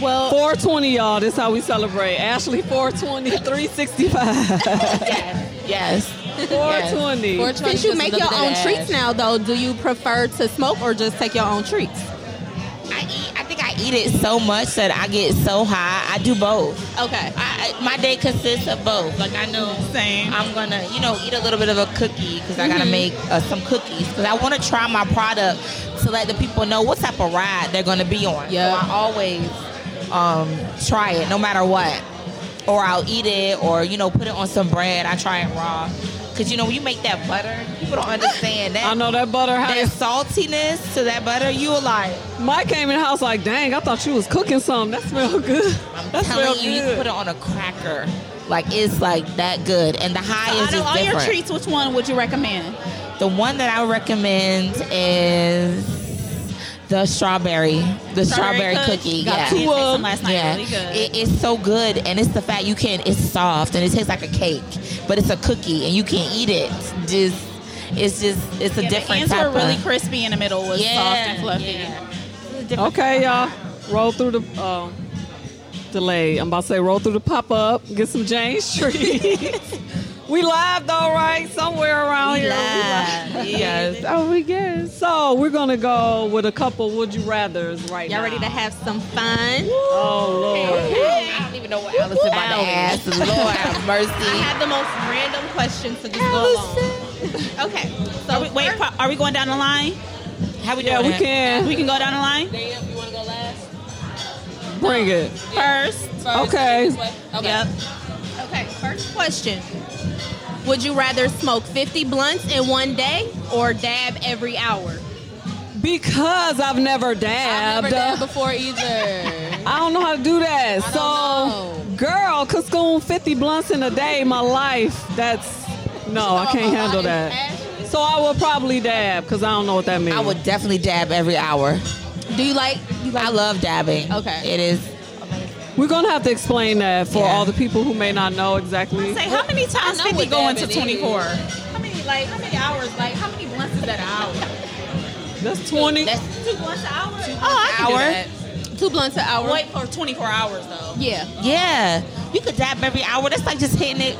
Speaker 5: Well,
Speaker 1: 420, y'all. This how we celebrate. Ashley 420, 365.
Speaker 2: Yes.
Speaker 1: 420.
Speaker 5: since you make your own treats now, though, do you prefer to smoke or just take your own treats?
Speaker 2: I eat. I think I eat it so much that I get so high. I do both.
Speaker 5: Okay.
Speaker 2: I, I- my day consists of both. Like I know
Speaker 3: God. Same.
Speaker 2: I'm gonna, you know, eat a little bit of a cookie because I
Speaker 1: Mm-hmm.
Speaker 2: gotta make uh, some cookies because I want to try my product to let the people know what type of ride they're gonna be on.
Speaker 4: Yeah.
Speaker 2: So I always um, try it no matter what, or I'll eat it, or you know, put it on some bread. I try it raw because you know when you make that butter, people don't understand that.
Speaker 1: I know that butter
Speaker 2: That
Speaker 1: house.
Speaker 2: saltiness to that butter, you like.
Speaker 1: Mike came in the house like, dang, I thought you was cooking something. That smelled good.
Speaker 2: I'm
Speaker 1: That smelled
Speaker 2: telling you, you can put
Speaker 1: good.
Speaker 2: it on a cracker. Like it's like that good, and the high is
Speaker 3: Out of
Speaker 2: just
Speaker 3: all your
Speaker 2: different.
Speaker 3: treats, which one would you recommend?
Speaker 2: The one that I would recommend is the strawberry, the strawberry,
Speaker 3: Strawberry cookie.
Speaker 2: cookie.
Speaker 3: Got
Speaker 2: Yeah.
Speaker 3: two of 'em last night.
Speaker 2: Yeah,
Speaker 3: Really good.
Speaker 2: It, it's so good, and it's the fact you can. It's soft and it tastes like a cake, but it's a cookie, and you can eat it. Just, it's just, it's a
Speaker 3: Yeah, the
Speaker 2: different
Speaker 3: ends
Speaker 2: type
Speaker 3: were really
Speaker 2: of.
Speaker 3: crispy in the middle was
Speaker 2: Yeah,
Speaker 3: soft and fluffy.
Speaker 2: yeah.
Speaker 1: Okay, y'all. Roll through the um, delay. I'm about to say roll through the pop up. Get some Jane Street. we live though, right? Somewhere around here.
Speaker 5: Uh,
Speaker 1: We live. yes. Oh, we good. So we're gonna go with a couple would you rather's right
Speaker 5: Y'all
Speaker 1: now.
Speaker 5: ready to have some fun?
Speaker 1: Oh Lord.
Speaker 2: I don't even know what Alice is about to ask. Lord have
Speaker 5: I
Speaker 2: mercy.
Speaker 5: had the most random questions to just go along. Okay. So
Speaker 3: Are we, wait,
Speaker 5: first-
Speaker 3: pa- are we going down the line?
Speaker 2: How we
Speaker 1: Yeah,
Speaker 2: doing?
Speaker 1: we can
Speaker 3: We can go down the line
Speaker 4: Damn, you wanna go last?
Speaker 1: bring it.
Speaker 3: first.
Speaker 4: First,
Speaker 1: Okay.
Speaker 4: this way? Okay.
Speaker 3: Yep.
Speaker 5: okay, first question. Would you rather smoke 50 blunts in one day or dab every hour?
Speaker 1: Because I've never
Speaker 4: I've
Speaker 1: dabbed.
Speaker 4: never done before either.
Speaker 1: I don't know how to do that.
Speaker 4: I
Speaker 1: so,
Speaker 4: don't
Speaker 1: girl, consume 50 blunts in a day. My life, that's no, I can't handle that. So I will probably dab because I don't know what that means.
Speaker 2: I would definitely dab every hour.
Speaker 5: Do you like
Speaker 2: I love dabbing.
Speaker 5: Okay.
Speaker 2: It is.
Speaker 1: We're gonna have to explain that for
Speaker 2: Yeah.
Speaker 1: all the people who may not know exactly.
Speaker 3: Say, how many times
Speaker 4: know
Speaker 3: did we
Speaker 4: what
Speaker 3: go
Speaker 4: that
Speaker 3: into
Speaker 4: is.
Speaker 3: 24?
Speaker 5: how many like how many hours? Like how many blunts is that an hour?
Speaker 1: That's 20.
Speaker 2: That's,
Speaker 3: Two blunts an hour?
Speaker 5: Oh,
Speaker 2: can do Hour?
Speaker 5: Two blunts an hour.
Speaker 3: Wait for 24 hours, though.
Speaker 5: Yeah.
Speaker 2: yeah. You could dab every hour. That's like just hitting it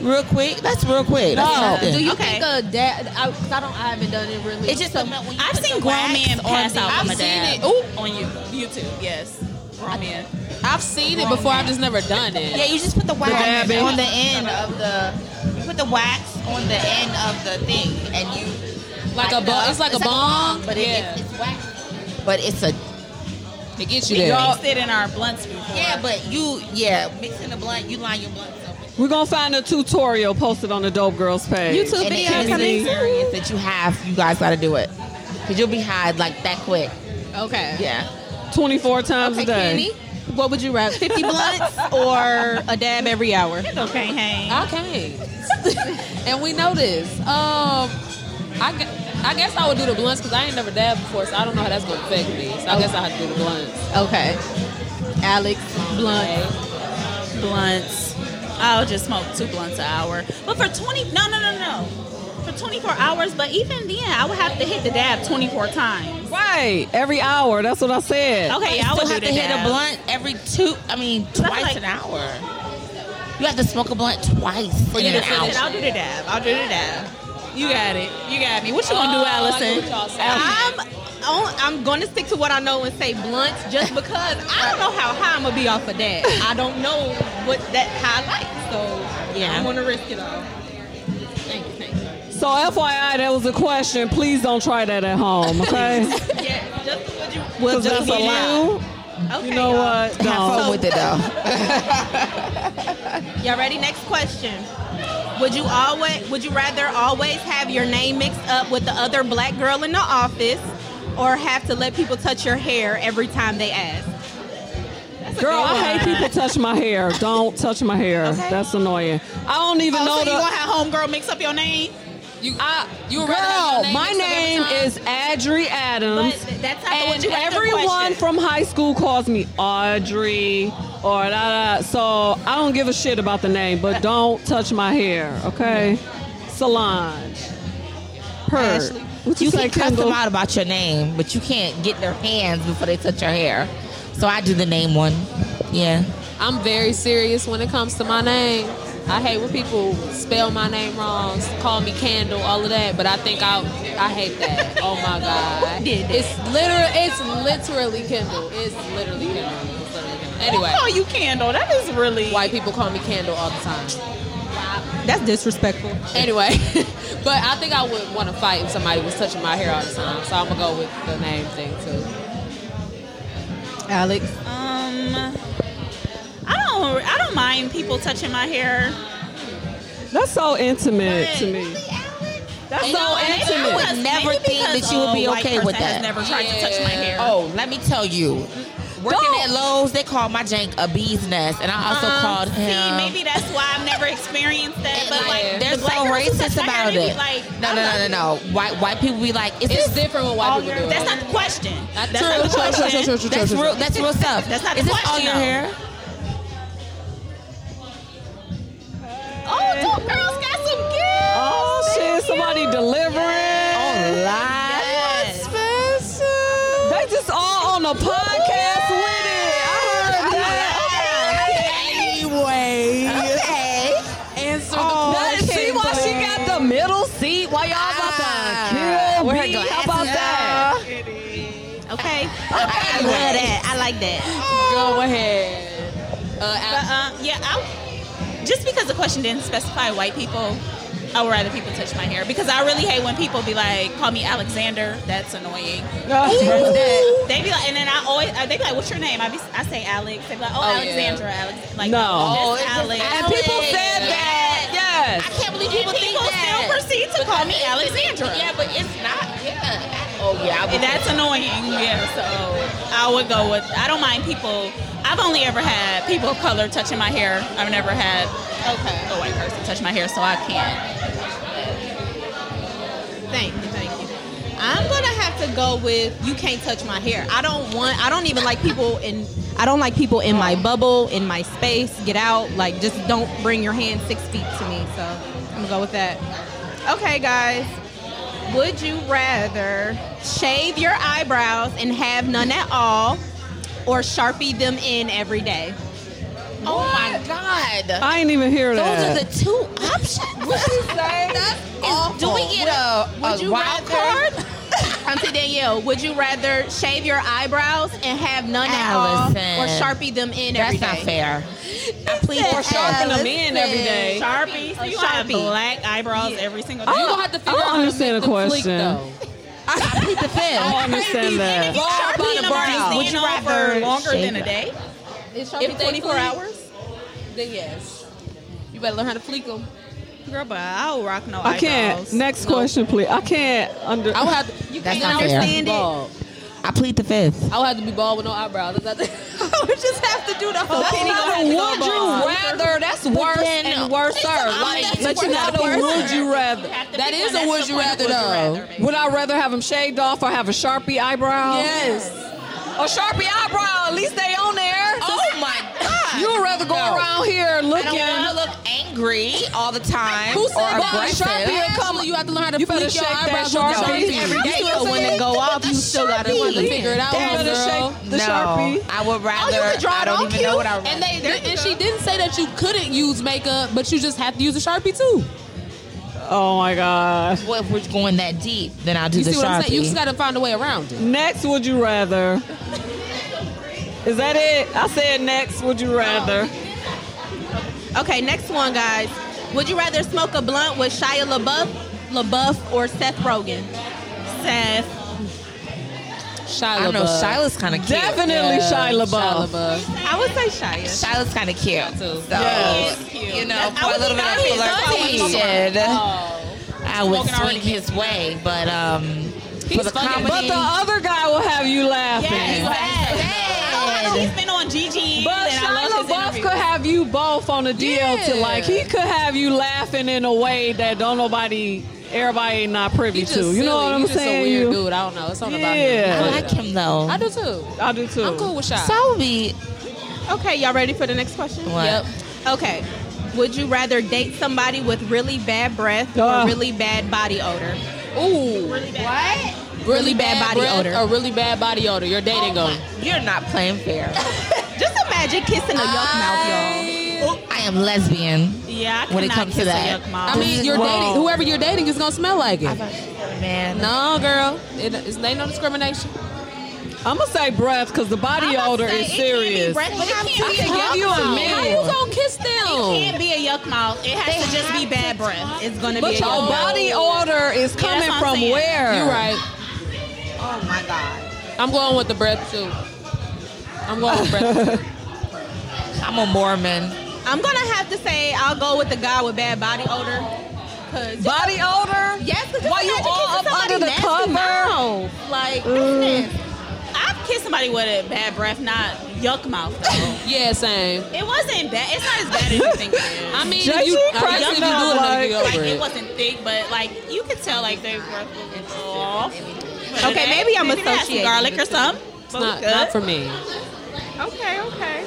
Speaker 2: real quick. That's real quick. That's
Speaker 5: Oh,
Speaker 2: nothing.
Speaker 5: do you
Speaker 3: Okay.
Speaker 5: think a dab? I, 'cause I don't. I haven't done it really.
Speaker 2: It's just
Speaker 5: So,
Speaker 2: something when you
Speaker 3: I've
Speaker 2: put
Speaker 3: seen
Speaker 2: the
Speaker 3: grown
Speaker 2: wax
Speaker 3: men
Speaker 2: on
Speaker 3: pass
Speaker 2: the-
Speaker 3: out
Speaker 4: I've
Speaker 3: from a
Speaker 4: seen
Speaker 3: dab.
Speaker 4: it. Ooh.
Speaker 3: On you, YouTube, yes. Grown men.
Speaker 4: I've seen it before. I've just never done it.
Speaker 2: Yeah, you just put the wax
Speaker 1: dabbing.
Speaker 2: on the end of the. You put the wax on the end of the thing, and you
Speaker 4: Like a
Speaker 2: light
Speaker 4: bong.
Speaker 2: up.
Speaker 4: It's like a bong.
Speaker 2: but it,
Speaker 4: yeah,
Speaker 2: it's wax. But it's a
Speaker 4: to get you
Speaker 3: We
Speaker 4: there.
Speaker 3: mixed it in our blunts before.
Speaker 2: yeah, but you yeah mixing the blunt. You line your blunts up.
Speaker 1: We're gonna find a tutorial posted on the Dope Girls page.
Speaker 5: YouTube
Speaker 2: and
Speaker 5: video
Speaker 2: it is an
Speaker 5: coming.
Speaker 2: experience that you have. You guys got to do it because you'll be high like that quick.
Speaker 5: Okay.
Speaker 2: Yeah.
Speaker 1: 24 times
Speaker 5: Okay,
Speaker 1: a day.
Speaker 5: Kenny, what would you rather, 50 blunts or a dab every hour?
Speaker 3: Okay, hang.
Speaker 4: Okay. and we know this. Um, I, gu- I guess I would do the blunts because I ain't never dabbed before, so I don't know how that's gonna affect me. So I guess I have to do the blunts.
Speaker 5: Okay. Alex Blunt.
Speaker 3: blunts. I'll just smoke two blunts an hour. But for 20, no, no, no, no. For 24 hours, but even then, I would have to hit the dab 24 times.
Speaker 1: Right. Every hour. That's what I said.
Speaker 3: Okay,
Speaker 2: you
Speaker 3: I would
Speaker 2: still
Speaker 3: do
Speaker 2: have to
Speaker 3: the
Speaker 2: hit
Speaker 3: dab.
Speaker 2: a blunt every two. I mean,
Speaker 3: I feel
Speaker 2: twice
Speaker 3: like-
Speaker 2: an hour. You have to smoke a blunt twice
Speaker 3: You
Speaker 2: in an
Speaker 3: just said it.
Speaker 2: hour.
Speaker 3: I'll do the dab. I'll do the dab. You got it. You got me. What you gonna
Speaker 4: Oh,
Speaker 3: do,
Speaker 4: I get
Speaker 3: Allison?
Speaker 4: what y'all saying.
Speaker 5: I'm on, I'm going to stick to what I know and say blunt just because I don't know how high I'm going to be off of that. I don't know what that high like, so
Speaker 2: Yeah.
Speaker 5: I'm going to risk it all.
Speaker 1: So FYI, that was a question. Please don't try that at home, okay?
Speaker 5: Yeah, just would you?
Speaker 1: Because that's a lie.
Speaker 5: Okay,
Speaker 1: You know
Speaker 5: y'all.
Speaker 1: what?
Speaker 2: Have fun
Speaker 1: No.
Speaker 2: with it though.
Speaker 5: Y'all ready? Next question. Would you always? Would you rather always have your name mixed up with the other black girl in the office, or have to let people touch your hair every time they ask?
Speaker 1: Girl, I hate people touch my hair. Don't touch my hair.
Speaker 5: Okay.
Speaker 1: That's annoying. I don't even
Speaker 3: Oh,
Speaker 1: know
Speaker 3: so
Speaker 1: the.
Speaker 3: you gonna have homegirl mix up your name?
Speaker 4: You, I, you were
Speaker 1: Girl,
Speaker 4: name
Speaker 1: my
Speaker 4: mixed up every
Speaker 1: name
Speaker 4: time?
Speaker 1: is Adri Adams.
Speaker 5: But that's not the
Speaker 1: and
Speaker 5: one you asked the
Speaker 1: everyone
Speaker 5: question.
Speaker 1: from high school calls me Audrey or da da. So I don't give a shit about the name, but don't touch my hair, okay? Solange. Her.
Speaker 5: Ashley.
Speaker 1: What you,
Speaker 2: You
Speaker 1: say,
Speaker 2: can cuss
Speaker 1: Kendall?
Speaker 2: them out about your name, but you can't get their hands before they touch your hair. So I do the name one. Yeah.
Speaker 4: I'm very serious when it comes to my name. I hate when people spell my name wrong, call me Candle, all of that. But I think I, I hate that. Oh my god,
Speaker 5: did that?
Speaker 4: it's literal. It's literally Kendall. It's literally Kendall. It's literally Kendall. Anyway,
Speaker 3: Oh, you Kendall. That is really.
Speaker 4: white people call me Candle all the time.
Speaker 5: That's disrespectful.
Speaker 4: Anyway, but I think I would want to fight if somebody was touching my hair all the time. So I'm gonna go with the name thing too.
Speaker 5: Alex,
Speaker 3: Um, I don't. I don't mind people touching my hair.
Speaker 1: That's so intimate
Speaker 3: But-
Speaker 1: to me. That's
Speaker 3: You
Speaker 1: so
Speaker 3: know, and maybe
Speaker 1: intimate.
Speaker 3: because-
Speaker 2: never think
Speaker 3: maybe because
Speaker 2: that you would be
Speaker 3: a white
Speaker 2: okay with
Speaker 3: person has
Speaker 2: that.
Speaker 3: Never tried to touch my
Speaker 4: Yeah.
Speaker 3: hair.
Speaker 2: Oh, let me tell you. Working
Speaker 1: Don't-
Speaker 2: at Lowe's, they call my jank a bee's nest, and I also
Speaker 3: Um,
Speaker 2: called him.
Speaker 3: See, maybe that's why I've never experienced that.
Speaker 2: And,
Speaker 3: But like,
Speaker 2: they're
Speaker 3: the
Speaker 2: so
Speaker 3: black girls who touch
Speaker 2: racist
Speaker 3: my hair,
Speaker 2: about
Speaker 3: they be
Speaker 2: it.
Speaker 3: Like,
Speaker 2: no,
Speaker 3: I
Speaker 2: no,
Speaker 3: love
Speaker 2: no, no,
Speaker 3: you.
Speaker 2: no. White white people be like, is
Speaker 4: It's
Speaker 2: this
Speaker 4: different when white
Speaker 3: All
Speaker 4: people
Speaker 3: your,
Speaker 4: do it.
Speaker 3: that's not the question.
Speaker 4: That's
Speaker 3: That's not
Speaker 4: true.
Speaker 3: the
Speaker 4: True, true,
Speaker 3: question.
Speaker 4: true, true, true.
Speaker 2: that's real that's real stuff.
Speaker 3: That's not
Speaker 2: is
Speaker 3: the
Speaker 2: this all
Speaker 3: question,
Speaker 2: your
Speaker 3: though.
Speaker 2: hair?
Speaker 3: Oh, two girls got some gifts.
Speaker 1: Oh shit, somebody delivering.
Speaker 2: Oh,
Speaker 3: Yes.
Speaker 1: They just all on the podcast with it. I heard that.
Speaker 2: Anyway. Okay.
Speaker 4: Answer
Speaker 2: Oh,
Speaker 1: That is- see why she got the middle seat? Why y'all about
Speaker 2: Ah,
Speaker 1: to kill
Speaker 2: with her
Speaker 1: me? How
Speaker 2: glasses
Speaker 1: about that?
Speaker 5: okay.
Speaker 2: I
Speaker 5: I love that. I like that.
Speaker 4: Go ahead. Uh,
Speaker 3: But
Speaker 4: Alex,
Speaker 3: um, yeah, I, just because the question didn't specify white people, I would rather people touch my hair because I really hate when people be like, call me Alexander. That's annoying. They be like, and then I always uh, they be like, what's your name? I be I say Alex. They be like, oh,
Speaker 4: Oh, yeah.
Speaker 3: Alexandra, Alex. Like,
Speaker 1: No.
Speaker 3: no,
Speaker 2: Oh,
Speaker 3: it's
Speaker 2: it's just
Speaker 3: Alex.
Speaker 1: And people said that. Yes.
Speaker 2: can't believe
Speaker 3: People, still proceed to call me Alexandra.
Speaker 2: Yeah, but it's not. Yeah. Oh yeah. I would
Speaker 3: And that's annoying. Yeah, so I would go with. I don't mind people. I've only ever had people of color touching my hair. I've never had a white person touch my hair, so I can't.
Speaker 5: Thank you, thank you. I'm gonna have to go with you can't touch my hair. I don't want. I don't even like people in. I don't like people in my bubble, in my space. Get out. Like, just don't bring your hand six feet to me. So I'm gonna go with that. Okay, guys. Would you rather shave your eyebrows and have none at all, or sharpie them in every day?
Speaker 2: Oh my god.
Speaker 1: I ain't even hear
Speaker 2: Those
Speaker 1: that.
Speaker 2: are the two options. What you say? Is, do we get a,
Speaker 5: Would
Speaker 2: a
Speaker 5: you
Speaker 2: wild
Speaker 5: rather-
Speaker 2: card?
Speaker 5: Auntie Danielle, would you rather shave your eyebrows and have none at all, or
Speaker 2: Allison,
Speaker 5: sharpie them in every
Speaker 2: That's
Speaker 5: day?
Speaker 2: not fair. I plead
Speaker 1: Or
Speaker 2: for
Speaker 1: sharpen them in every day.
Speaker 3: Sharpie. So you have
Speaker 5: Sharpie.
Speaker 3: black eyebrows every single day.
Speaker 4: you gonna have to
Speaker 1: I
Speaker 4: figure
Speaker 1: don't
Speaker 4: out how to
Speaker 1: understand
Speaker 4: make
Speaker 1: the
Speaker 4: the fleek,
Speaker 1: question.
Speaker 4: though.
Speaker 2: I plead the
Speaker 3: Oh,
Speaker 1: I
Speaker 2: fifth.
Speaker 1: don't understand that.
Speaker 2: Bar,
Speaker 3: Sharpie
Speaker 2: bar,
Speaker 3: them
Speaker 2: bar.
Speaker 3: are
Speaker 2: Would
Speaker 3: staying
Speaker 2: you
Speaker 3: on
Speaker 2: rather
Speaker 3: for longer
Speaker 2: shave
Speaker 3: than a
Speaker 2: it?
Speaker 3: day.
Speaker 4: Is
Speaker 5: If 24 hours.
Speaker 4: then yes. You better learn how to fleek them.
Speaker 3: Girl, but I'll rock no
Speaker 1: I can't. Next question, please. I can't under.
Speaker 4: I would have to. You
Speaker 2: That's
Speaker 4: can't
Speaker 2: not fair.
Speaker 4: understand it.
Speaker 2: I plead the fifth.
Speaker 4: I would have to be bald with no eyebrows. That's not fair.
Speaker 5: I would just have to do the whole
Speaker 1: That's
Speaker 5: thing.
Speaker 1: not a would you rather. That's worse
Speaker 2: then-
Speaker 1: and worser. Like,
Speaker 2: that's
Speaker 1: but you
Speaker 2: worse.
Speaker 1: got a would you rather.
Speaker 4: That is a would you rather though.
Speaker 1: Would I rather have them shaved off or have a sharpie eyebrow?
Speaker 4: Yes.
Speaker 1: A sharpie eyebrow. At least they on there.
Speaker 2: Oh my god.
Speaker 1: you would rather go
Speaker 2: No.
Speaker 1: around here
Speaker 2: I don't want to
Speaker 1: looking.
Speaker 2: look angry all the time.
Speaker 4: Who said
Speaker 2: or
Speaker 4: that?
Speaker 2: aggressive.
Speaker 4: Sharpie will come. You have to learn how to
Speaker 1: You better
Speaker 4: fleek your
Speaker 1: shake that
Speaker 4: eyebrows with
Speaker 1: Sharpie.
Speaker 4: Sharpie every
Speaker 1: You
Speaker 4: day.
Speaker 1: see
Speaker 4: You
Speaker 1: what
Speaker 4: when
Speaker 1: I'm
Speaker 4: it go off,
Speaker 2: The
Speaker 4: you still got to
Speaker 2: Sharpie.
Speaker 4: figure it out,
Speaker 1: Damn, the
Speaker 4: girl.
Speaker 1: shake- the
Speaker 2: no,
Speaker 1: Sharpie.
Speaker 2: I would rather.
Speaker 5: could draw
Speaker 2: I
Speaker 5: it
Speaker 2: don't
Speaker 5: on
Speaker 2: even
Speaker 5: cute.
Speaker 2: know what I would.
Speaker 4: And they and she didn't say that you couldn't use makeup, but you just have to use a sharpie too.
Speaker 1: Oh my god.
Speaker 2: Well, if we're going that deep, then I'll do
Speaker 4: You
Speaker 2: the
Speaker 4: see what I'm
Speaker 2: sharpie.
Speaker 4: saying? You just got to find a way around it.
Speaker 1: Next, would you rather? Is that it? I said next, would you rather?
Speaker 5: Okay, next one, guys. Would you rather smoke a blunt with Shia LaBeouf LaBeouf or Seth Rogen?
Speaker 3: Seth.
Speaker 4: Shia
Speaker 2: I don't know.
Speaker 4: LaBeouf.
Speaker 2: Shiloh's kind of cute.
Speaker 1: Definitely Shia LaBeouf.
Speaker 5: I would say Shia.
Speaker 2: Shiloh's kind of cute. So,
Speaker 1: Yes.
Speaker 2: you know,
Speaker 3: I
Speaker 2: for a
Speaker 3: would
Speaker 2: little
Speaker 3: be
Speaker 2: bit of
Speaker 3: nice.
Speaker 2: flirtation, "Oh, I would
Speaker 3: Smoking
Speaker 2: swing
Speaker 3: already.
Speaker 2: his way, but um, for the comedy,
Speaker 1: But the uh, other guy will have you laughing.
Speaker 3: I know he's been on Gigi.
Speaker 1: But
Speaker 3: and I
Speaker 1: Shia
Speaker 3: love his
Speaker 1: LaBeouf
Speaker 3: interview.
Speaker 1: could have you both on a deal to like. He could have you laughing in a way that don't nobody, everybody not privy
Speaker 4: He's
Speaker 1: to.
Speaker 4: just
Speaker 1: You know
Speaker 4: silly.
Speaker 1: what I'm
Speaker 4: He's just a
Speaker 1: saying?
Speaker 4: weird
Speaker 1: You-
Speaker 4: dude. I don't know. It's something
Speaker 1: Yeah.
Speaker 2: I
Speaker 4: about him.
Speaker 2: like him though.
Speaker 4: I do too.
Speaker 1: I do too.
Speaker 4: I'm cool with Shia.
Speaker 2: So I would be
Speaker 5: Okay, y'all ready for the next question?
Speaker 2: what?
Speaker 4: Yep.
Speaker 5: Okay. Would you rather date somebody with really bad breath
Speaker 1: Ugh.
Speaker 5: or really bad body odor?
Speaker 4: Ooh.
Speaker 5: What? Really bad, body
Speaker 4: breath
Speaker 5: odor.
Speaker 4: Or really bad body odor. You're dating him.
Speaker 2: You're not playing fair.
Speaker 5: Just imagine kissing a yuck mouth, y'all.
Speaker 2: Oh, I am lesbian.
Speaker 3: Yeah, I
Speaker 2: When it
Speaker 3: cannot
Speaker 2: comes to
Speaker 3: kiss a
Speaker 2: that.
Speaker 3: yuck mouth.
Speaker 4: I mean, you're
Speaker 2: Whoa.
Speaker 4: dating whoever you're dating is gonna smell like it.
Speaker 2: Man,
Speaker 4: No, girl, it, it's ain't no discrimination.
Speaker 1: I'm gonna say breath because the body odor is serious.
Speaker 5: breath, but it
Speaker 1: I
Speaker 5: can't be a
Speaker 1: can give you a
Speaker 4: How you
Speaker 1: man.
Speaker 4: gonna kiss them?
Speaker 5: can't be a yuck mouth. It has to just be bad breath. It's gonna be a
Speaker 1: Your
Speaker 5: yuck mouth.
Speaker 1: body odor is
Speaker 3: that's
Speaker 1: coming
Speaker 3: what I'm
Speaker 1: from
Speaker 3: saying.
Speaker 1: where?
Speaker 4: You're right.
Speaker 5: Oh my god.
Speaker 4: I'm going with the breath too. I'm going with breath.
Speaker 2: I'm a Mormon.
Speaker 5: I'm gonna have to say I'll go with the guy with bad body odor. Cause
Speaker 1: Body odor.
Speaker 5: yes, because
Speaker 1: Why you all up under the cover?
Speaker 5: Mouth. Like
Speaker 1: Mm.
Speaker 5: that's nasty.
Speaker 3: I've kissed somebody with a bad breath, not yuck mouth. Though.
Speaker 4: yeah, same.
Speaker 3: it wasn't bad. It's not as bad as you think it is.
Speaker 4: I mean, if
Speaker 1: Judge
Speaker 4: you,
Speaker 1: you
Speaker 4: I guess if
Speaker 1: cracking
Speaker 4: you do
Speaker 1: up,
Speaker 4: it, like,
Speaker 1: like-
Speaker 4: over
Speaker 3: like
Speaker 4: it.
Speaker 3: it wasn't thick, but like you could tell like they were off. But
Speaker 5: Okay,
Speaker 3: it
Speaker 5: maybe I'm
Speaker 3: it had some
Speaker 5: associating
Speaker 3: garlic
Speaker 5: the
Speaker 3: or
Speaker 5: two.
Speaker 3: something.
Speaker 4: It's
Speaker 3: but we
Speaker 4: not,
Speaker 3: good.
Speaker 4: not for me.
Speaker 5: Okay, okay.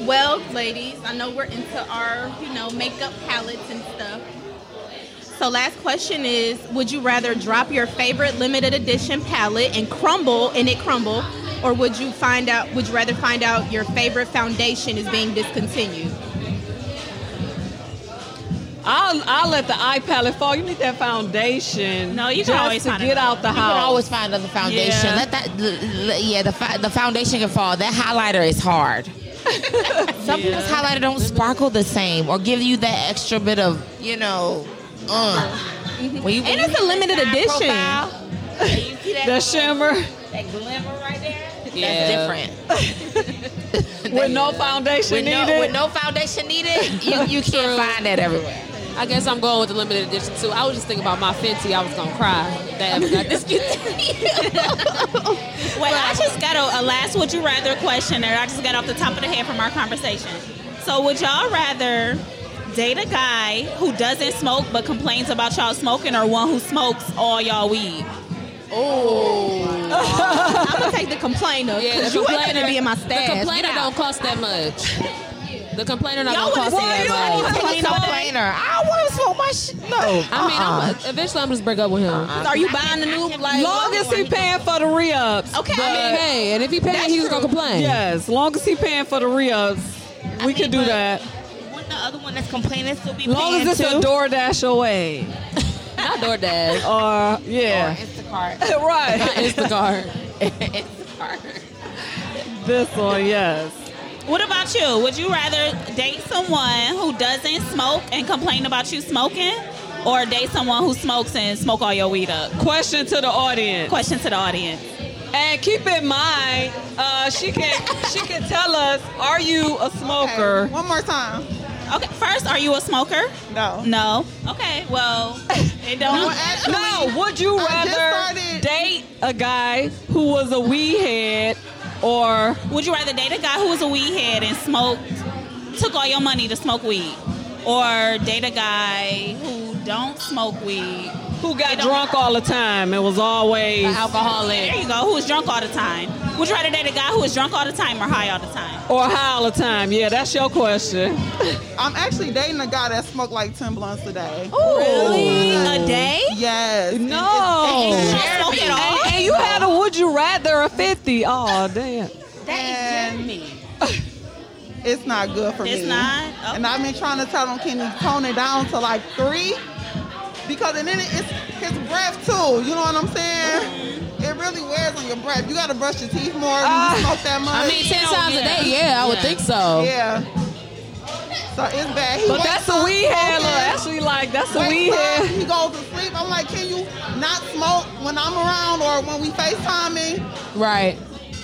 Speaker 5: Well, ladies, I know we're into our, you know, makeup palettes and stuff. So last question is, would you rather drop your favorite limited edition palette and crumble and it crumble or would you find out would you rather find out your favorite foundation is being discontinued?
Speaker 1: I'll I'll let the eye palette fall. You need that foundation.
Speaker 3: No, you can
Speaker 1: just
Speaker 3: always
Speaker 1: to
Speaker 3: find
Speaker 1: get
Speaker 3: another
Speaker 1: out the
Speaker 2: You can
Speaker 1: house.
Speaker 2: always find another foundation.
Speaker 1: Yeah.
Speaker 2: Let that, l- l- yeah, the fi- the foundation can fall. That highlighter is hard. Some people's highlighter don't sparkle the same or give you that extra bit of, you know, uh. When you,
Speaker 5: Mm-hmm. And it's a limited edition.
Speaker 1: the shimmer
Speaker 4: Yeah.
Speaker 2: different.
Speaker 1: with no foundation
Speaker 2: With no,
Speaker 1: needed.
Speaker 2: with no foundation needed, you, you can't find that everywhere.
Speaker 4: I guess I'm going with the limited edition too. I was just thinking about my Fenty. I was gonna cry. That ever got
Speaker 3: Wait, I just got a, a last would you rather question that I just got off the top of the head from our conversation. So, would y'all rather date a guy who doesn't smoke but complains about y'all smoking, or one who smokes all y'all weed?
Speaker 5: I'm going to take the complainer
Speaker 4: Oh. Yeah,
Speaker 5: cuz
Speaker 4: the
Speaker 5: you ain't
Speaker 4: complainer-
Speaker 5: going to be in my
Speaker 4: The
Speaker 5: stash.
Speaker 4: complainer
Speaker 5: Get out.
Speaker 4: don't cost that much. The complainer not
Speaker 3: Y'all
Speaker 4: gonna cost
Speaker 3: wouldn't
Speaker 4: that
Speaker 3: say
Speaker 4: much.
Speaker 3: that.
Speaker 2: Take a complainer. I don't want to smoke my shit. No.
Speaker 4: I mean, I'm, eventually I'm just break up with him.
Speaker 5: Are you buying the new like
Speaker 1: long as he paying for the re-ups.
Speaker 5: Okay.
Speaker 4: I mean, hey, and if he paid, he was gonna complain.
Speaker 1: Yes, long as he paying for the re-ups, we
Speaker 2: mean,
Speaker 1: can do
Speaker 2: but-
Speaker 1: that.
Speaker 2: Wouldn't the other one that's complaining still be
Speaker 1: Long as
Speaker 2: paying
Speaker 1: it's
Speaker 2: too?
Speaker 1: a DoorDash away,
Speaker 4: Not DoorDash,
Speaker 1: or
Speaker 2: Or
Speaker 1: yeah,
Speaker 2: Instacart.
Speaker 4: not
Speaker 1: right.
Speaker 4: Instacart.
Speaker 2: Instacart.
Speaker 1: this one, yes.
Speaker 3: What about you? Would you rather date someone who doesn't smoke and complain about you smoking, or date someone who smokes and smoke all your weed up?
Speaker 1: Question to the audience.
Speaker 3: Question to the audience.
Speaker 1: And keep in mind, uh, she can she can tell us, are you a smoker?
Speaker 6: One more time.
Speaker 3: Okay, first, are you a smoker?
Speaker 6: No.
Speaker 3: No. Okay, well, it
Speaker 6: No,
Speaker 3: don't.
Speaker 6: actually,
Speaker 1: No, would you
Speaker 6: I
Speaker 1: rather
Speaker 6: just started-
Speaker 1: date a guy who was a weed head or
Speaker 3: Would you rather date a guy who was a weed head and smoked, took all your money to smoke weed, or date a guy who don't smoke weed?
Speaker 1: who got
Speaker 3: It don't-
Speaker 1: drunk all the time and was always
Speaker 3: There
Speaker 4: Alcoholic.
Speaker 3: you go. Who is drunk all the time? Would you rather date a guy who is drunk all the time or high all the time?
Speaker 1: or high all the time? Yeah, that's your question.
Speaker 6: I'm actually dating a guy that smoked like 10 blunts a day.
Speaker 3: Really? A day?
Speaker 6: Yes.
Speaker 1: No.
Speaker 3: You don't smoke at all?
Speaker 1: And, and you had a would you rather a 50. Oh, damn.
Speaker 6: And it's not good for me.
Speaker 3: It's not? Okay.
Speaker 6: And I've been trying to tell him, can he tone it down to like three? Because and then it- it's his breath too. You know what I'm saying? It really wears on your breath. You gotta brush your teeth more when
Speaker 1: Mm-hmm. Ah.
Speaker 6: you smoke that much.
Speaker 4: I mean, ten
Speaker 3: Yeah.
Speaker 4: times a day. Yeah, I would think so.
Speaker 6: yeah. So it's bad. He
Speaker 1: But
Speaker 6: wakes
Speaker 1: that's a
Speaker 6: up
Speaker 1: weed head.
Speaker 6: smoking.
Speaker 1: Look, actually, like that's a weed
Speaker 6: Wakes up,
Speaker 1: head.
Speaker 6: He goes to sleep. I'm like, can you not smoke when I'm around or when we FaceTiming?
Speaker 4: Right.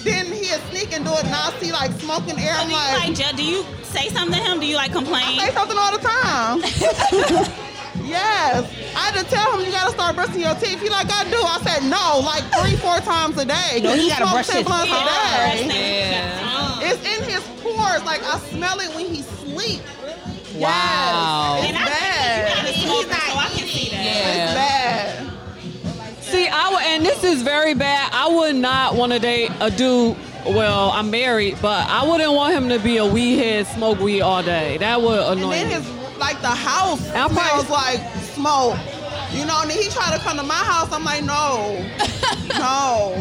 Speaker 6: Then he'll sneak and do it, and I'll see like smoking air.
Speaker 3: So
Speaker 6: I'm
Speaker 3: do you like,
Speaker 6: like,
Speaker 3: ju- do you say something to him? Do you like complain?
Speaker 6: say something all the time. yes. I had to tell him you gotta start brushing your teeth. He like, I do. I said no, like three, four times a day.
Speaker 2: No, he
Speaker 6: You
Speaker 2: gotta
Speaker 6: smoke
Speaker 2: brush
Speaker 6: 10
Speaker 2: his
Speaker 6: blunts
Speaker 3: Yeah,
Speaker 6: a day.
Speaker 3: first thing.
Speaker 6: It's in his pores. Like I smell it when he sleep.
Speaker 2: Wow.
Speaker 6: Yes.
Speaker 3: And
Speaker 6: It's
Speaker 3: I
Speaker 6: bad.
Speaker 3: think he's not a smoker, so I can see that.
Speaker 6: It's bad.
Speaker 1: See, I would, and this is very bad. I would not want to date a dude. Well, I'm married, but I wouldn't want him to be a weed head, smoke weed all day. That would
Speaker 6: And
Speaker 1: annoy
Speaker 6: then
Speaker 1: me.
Speaker 6: his like the house
Speaker 1: I'll probably-
Speaker 6: smells like smoke. You know, and then he tried to come to my house. I'm like, no, no.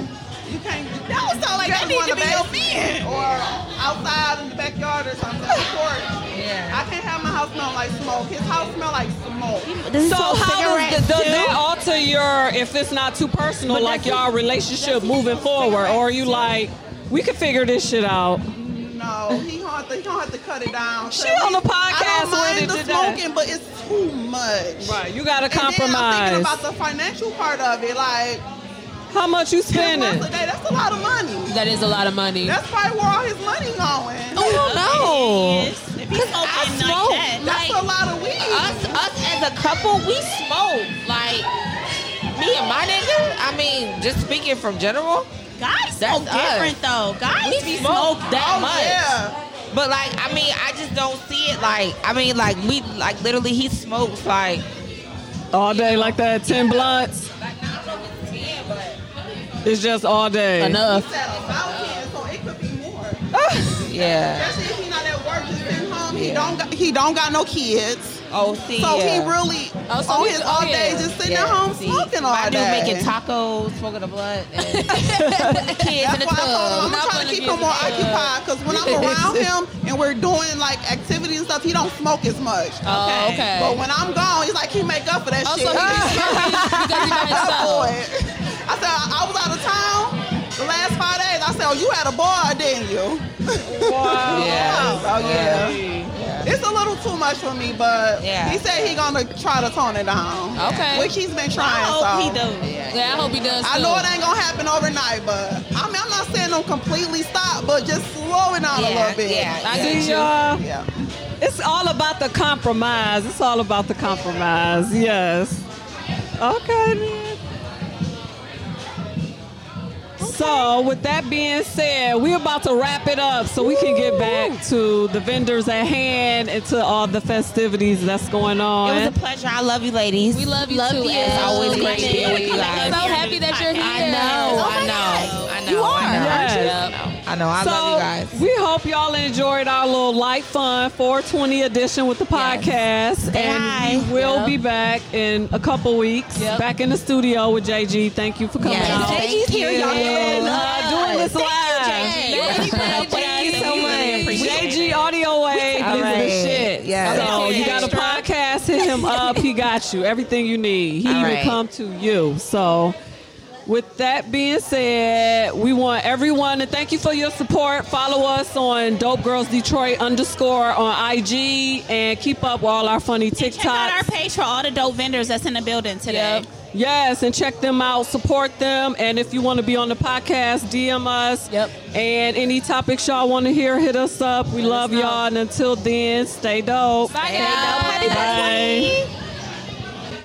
Speaker 6: You can't. That was so like
Speaker 3: that need to be your
Speaker 6: man. Or outside in the backyard or something. The porch. Yeah. I can't have my house smell like smoke. His house smell like smoke.
Speaker 1: So how does, does that alter your if it's not too personal, like y'all relationship moving forward, or are you like we could figure this shit out?
Speaker 6: No, he don't have to, he don't have to cut it down.
Speaker 1: She on the
Speaker 6: I
Speaker 1: podcast
Speaker 6: don't
Speaker 1: with
Speaker 6: mind
Speaker 1: it
Speaker 6: the
Speaker 1: today.
Speaker 6: smoking, but it's too much.
Speaker 1: Right, you gotta
Speaker 6: And then I'm thinking
Speaker 1: compromise.
Speaker 6: about the financial part of it. Like,
Speaker 1: How much you
Speaker 6: ten
Speaker 1: spending?
Speaker 6: blunts a day, that's a lot of money.
Speaker 4: That is a lot of money.
Speaker 6: That's probably where all his money going.
Speaker 2: Oh no.
Speaker 3: If he's smoking
Speaker 2: I
Speaker 3: like
Speaker 2: smoke.
Speaker 3: that,
Speaker 6: That's a lot of
Speaker 4: uh,
Speaker 6: weed.
Speaker 2: Us, us as a couple, we smoke. Like me and my nigga. I mean, just speaking from general,
Speaker 3: guys
Speaker 2: That's
Speaker 3: smoke
Speaker 2: us.
Speaker 3: different though.
Speaker 2: we
Speaker 3: Guys be
Speaker 2: smoke that
Speaker 6: Oh,
Speaker 2: much.
Speaker 6: yeah.
Speaker 2: But like, I mean, I just don't see it. Like, I mean, like we, like literally, he smokes like.
Speaker 1: All day like that, ten blunts.
Speaker 2: Like, I don't know if it's ten, but
Speaker 1: It's just all day.
Speaker 6: He
Speaker 4: Enough.
Speaker 6: said about him, so it could be more.
Speaker 2: yeah.
Speaker 6: Especially if he's not at work, he's been home. He don't got, he don't got no kids.
Speaker 2: Oh, see,
Speaker 6: So
Speaker 2: yeah.
Speaker 6: he really
Speaker 4: Oh, so
Speaker 6: on
Speaker 4: he-
Speaker 6: his
Speaker 4: oh,
Speaker 6: all
Speaker 4: yeah.
Speaker 6: day just sitting
Speaker 2: Yeah,
Speaker 6: at home
Speaker 2: see,
Speaker 6: smoking all
Speaker 2: my dude
Speaker 6: day.
Speaker 2: making tacos, smoking a blunt, and kids in the
Speaker 6: That's why I
Speaker 2: tub.
Speaker 6: told him I'm trying to keep him more occupied because when I'm around him and we're doing like activities and stuff, he don't smoke as much.
Speaker 4: Oh,
Speaker 3: Okay.
Speaker 4: okay.
Speaker 6: But when I'm gone, he's like he make up for that
Speaker 4: Oh,
Speaker 6: shit.
Speaker 4: so he be smoking because he by
Speaker 6: Oh,
Speaker 4: himself.
Speaker 6: boy. I said, I I was out of town the last five days. I said, oh, you had a bar, didn't you?
Speaker 1: Wow.
Speaker 2: Yeah.
Speaker 6: Oh, yeah. It's a little too much for me, but
Speaker 2: Yeah.
Speaker 6: he said he gonna try to tone it down.
Speaker 4: Okay.
Speaker 6: Which he's been trying,
Speaker 3: I hope Oh, he
Speaker 6: so.
Speaker 3: does.
Speaker 4: Yeah, I hope he does too.
Speaker 6: I know it ain't gonna happen overnight, but I mean, I'm not saying don't completely stop, but just slow it down a
Speaker 2: Yeah,
Speaker 6: little bit.
Speaker 2: yeah.
Speaker 4: I get
Speaker 1: See
Speaker 4: you.
Speaker 1: y'all.
Speaker 6: Yeah.
Speaker 1: It's all about the compromise. It's all about the compromise. Yes. Okay. then. So, with that being said, we're about to wrap it up so we can get back to the vendors at hand and to all the festivities that's going on.
Speaker 2: It was a pleasure. I love you, ladies.
Speaker 4: We love you too.
Speaker 2: you. It's always great to be with you
Speaker 4: I'm
Speaker 2: guys.
Speaker 4: so happy that you're here. Oh
Speaker 2: I know, I know, I know. You are. I know,
Speaker 1: Yes.
Speaker 2: I, know. I
Speaker 1: so
Speaker 2: love you guys.
Speaker 1: we hope y'all enjoyed our little light fun 420 edition with the podcast,
Speaker 2: Say
Speaker 1: and
Speaker 2: hi.
Speaker 1: we will
Speaker 4: Yep.
Speaker 1: be back in a couple weeks,
Speaker 4: Yep.
Speaker 1: back in the studio with JG. Thank you for coming
Speaker 2: Yes,
Speaker 1: out.
Speaker 2: thank JG's here, you. y'all.
Speaker 1: And, uh, doing this live.
Speaker 4: Thank you,
Speaker 2: Thank you
Speaker 4: JG.
Speaker 2: so much.
Speaker 1: JG Audio Wave
Speaker 2: All
Speaker 1: is
Speaker 2: right.
Speaker 1: the shit.
Speaker 2: Yes.
Speaker 1: So
Speaker 2: Okay.
Speaker 1: you got a podcast, hit him up. He got you everything you need. He
Speaker 2: All
Speaker 1: will
Speaker 2: right.
Speaker 1: come to you. So. With that being said, we want everyone to thank you for your support. Follow us on Dope Girls Detroit underscore on IG and keep up with all our funny
Speaker 3: And Check out our
Speaker 1: TikToks.
Speaker 3: page for all the dope vendors that's in the building today.
Speaker 4: Yep.
Speaker 1: Yes, and check them out, support them. And if you want to be on the podcast, DM us.
Speaker 4: Yep.
Speaker 1: And any topics y'all want to hear, hit us up. We love
Speaker 4: know.
Speaker 1: y'all. And until then, stay dope.
Speaker 4: Bye,
Speaker 2: Hey,
Speaker 4: guys.
Speaker 2: nobody-
Speaker 1: Bye.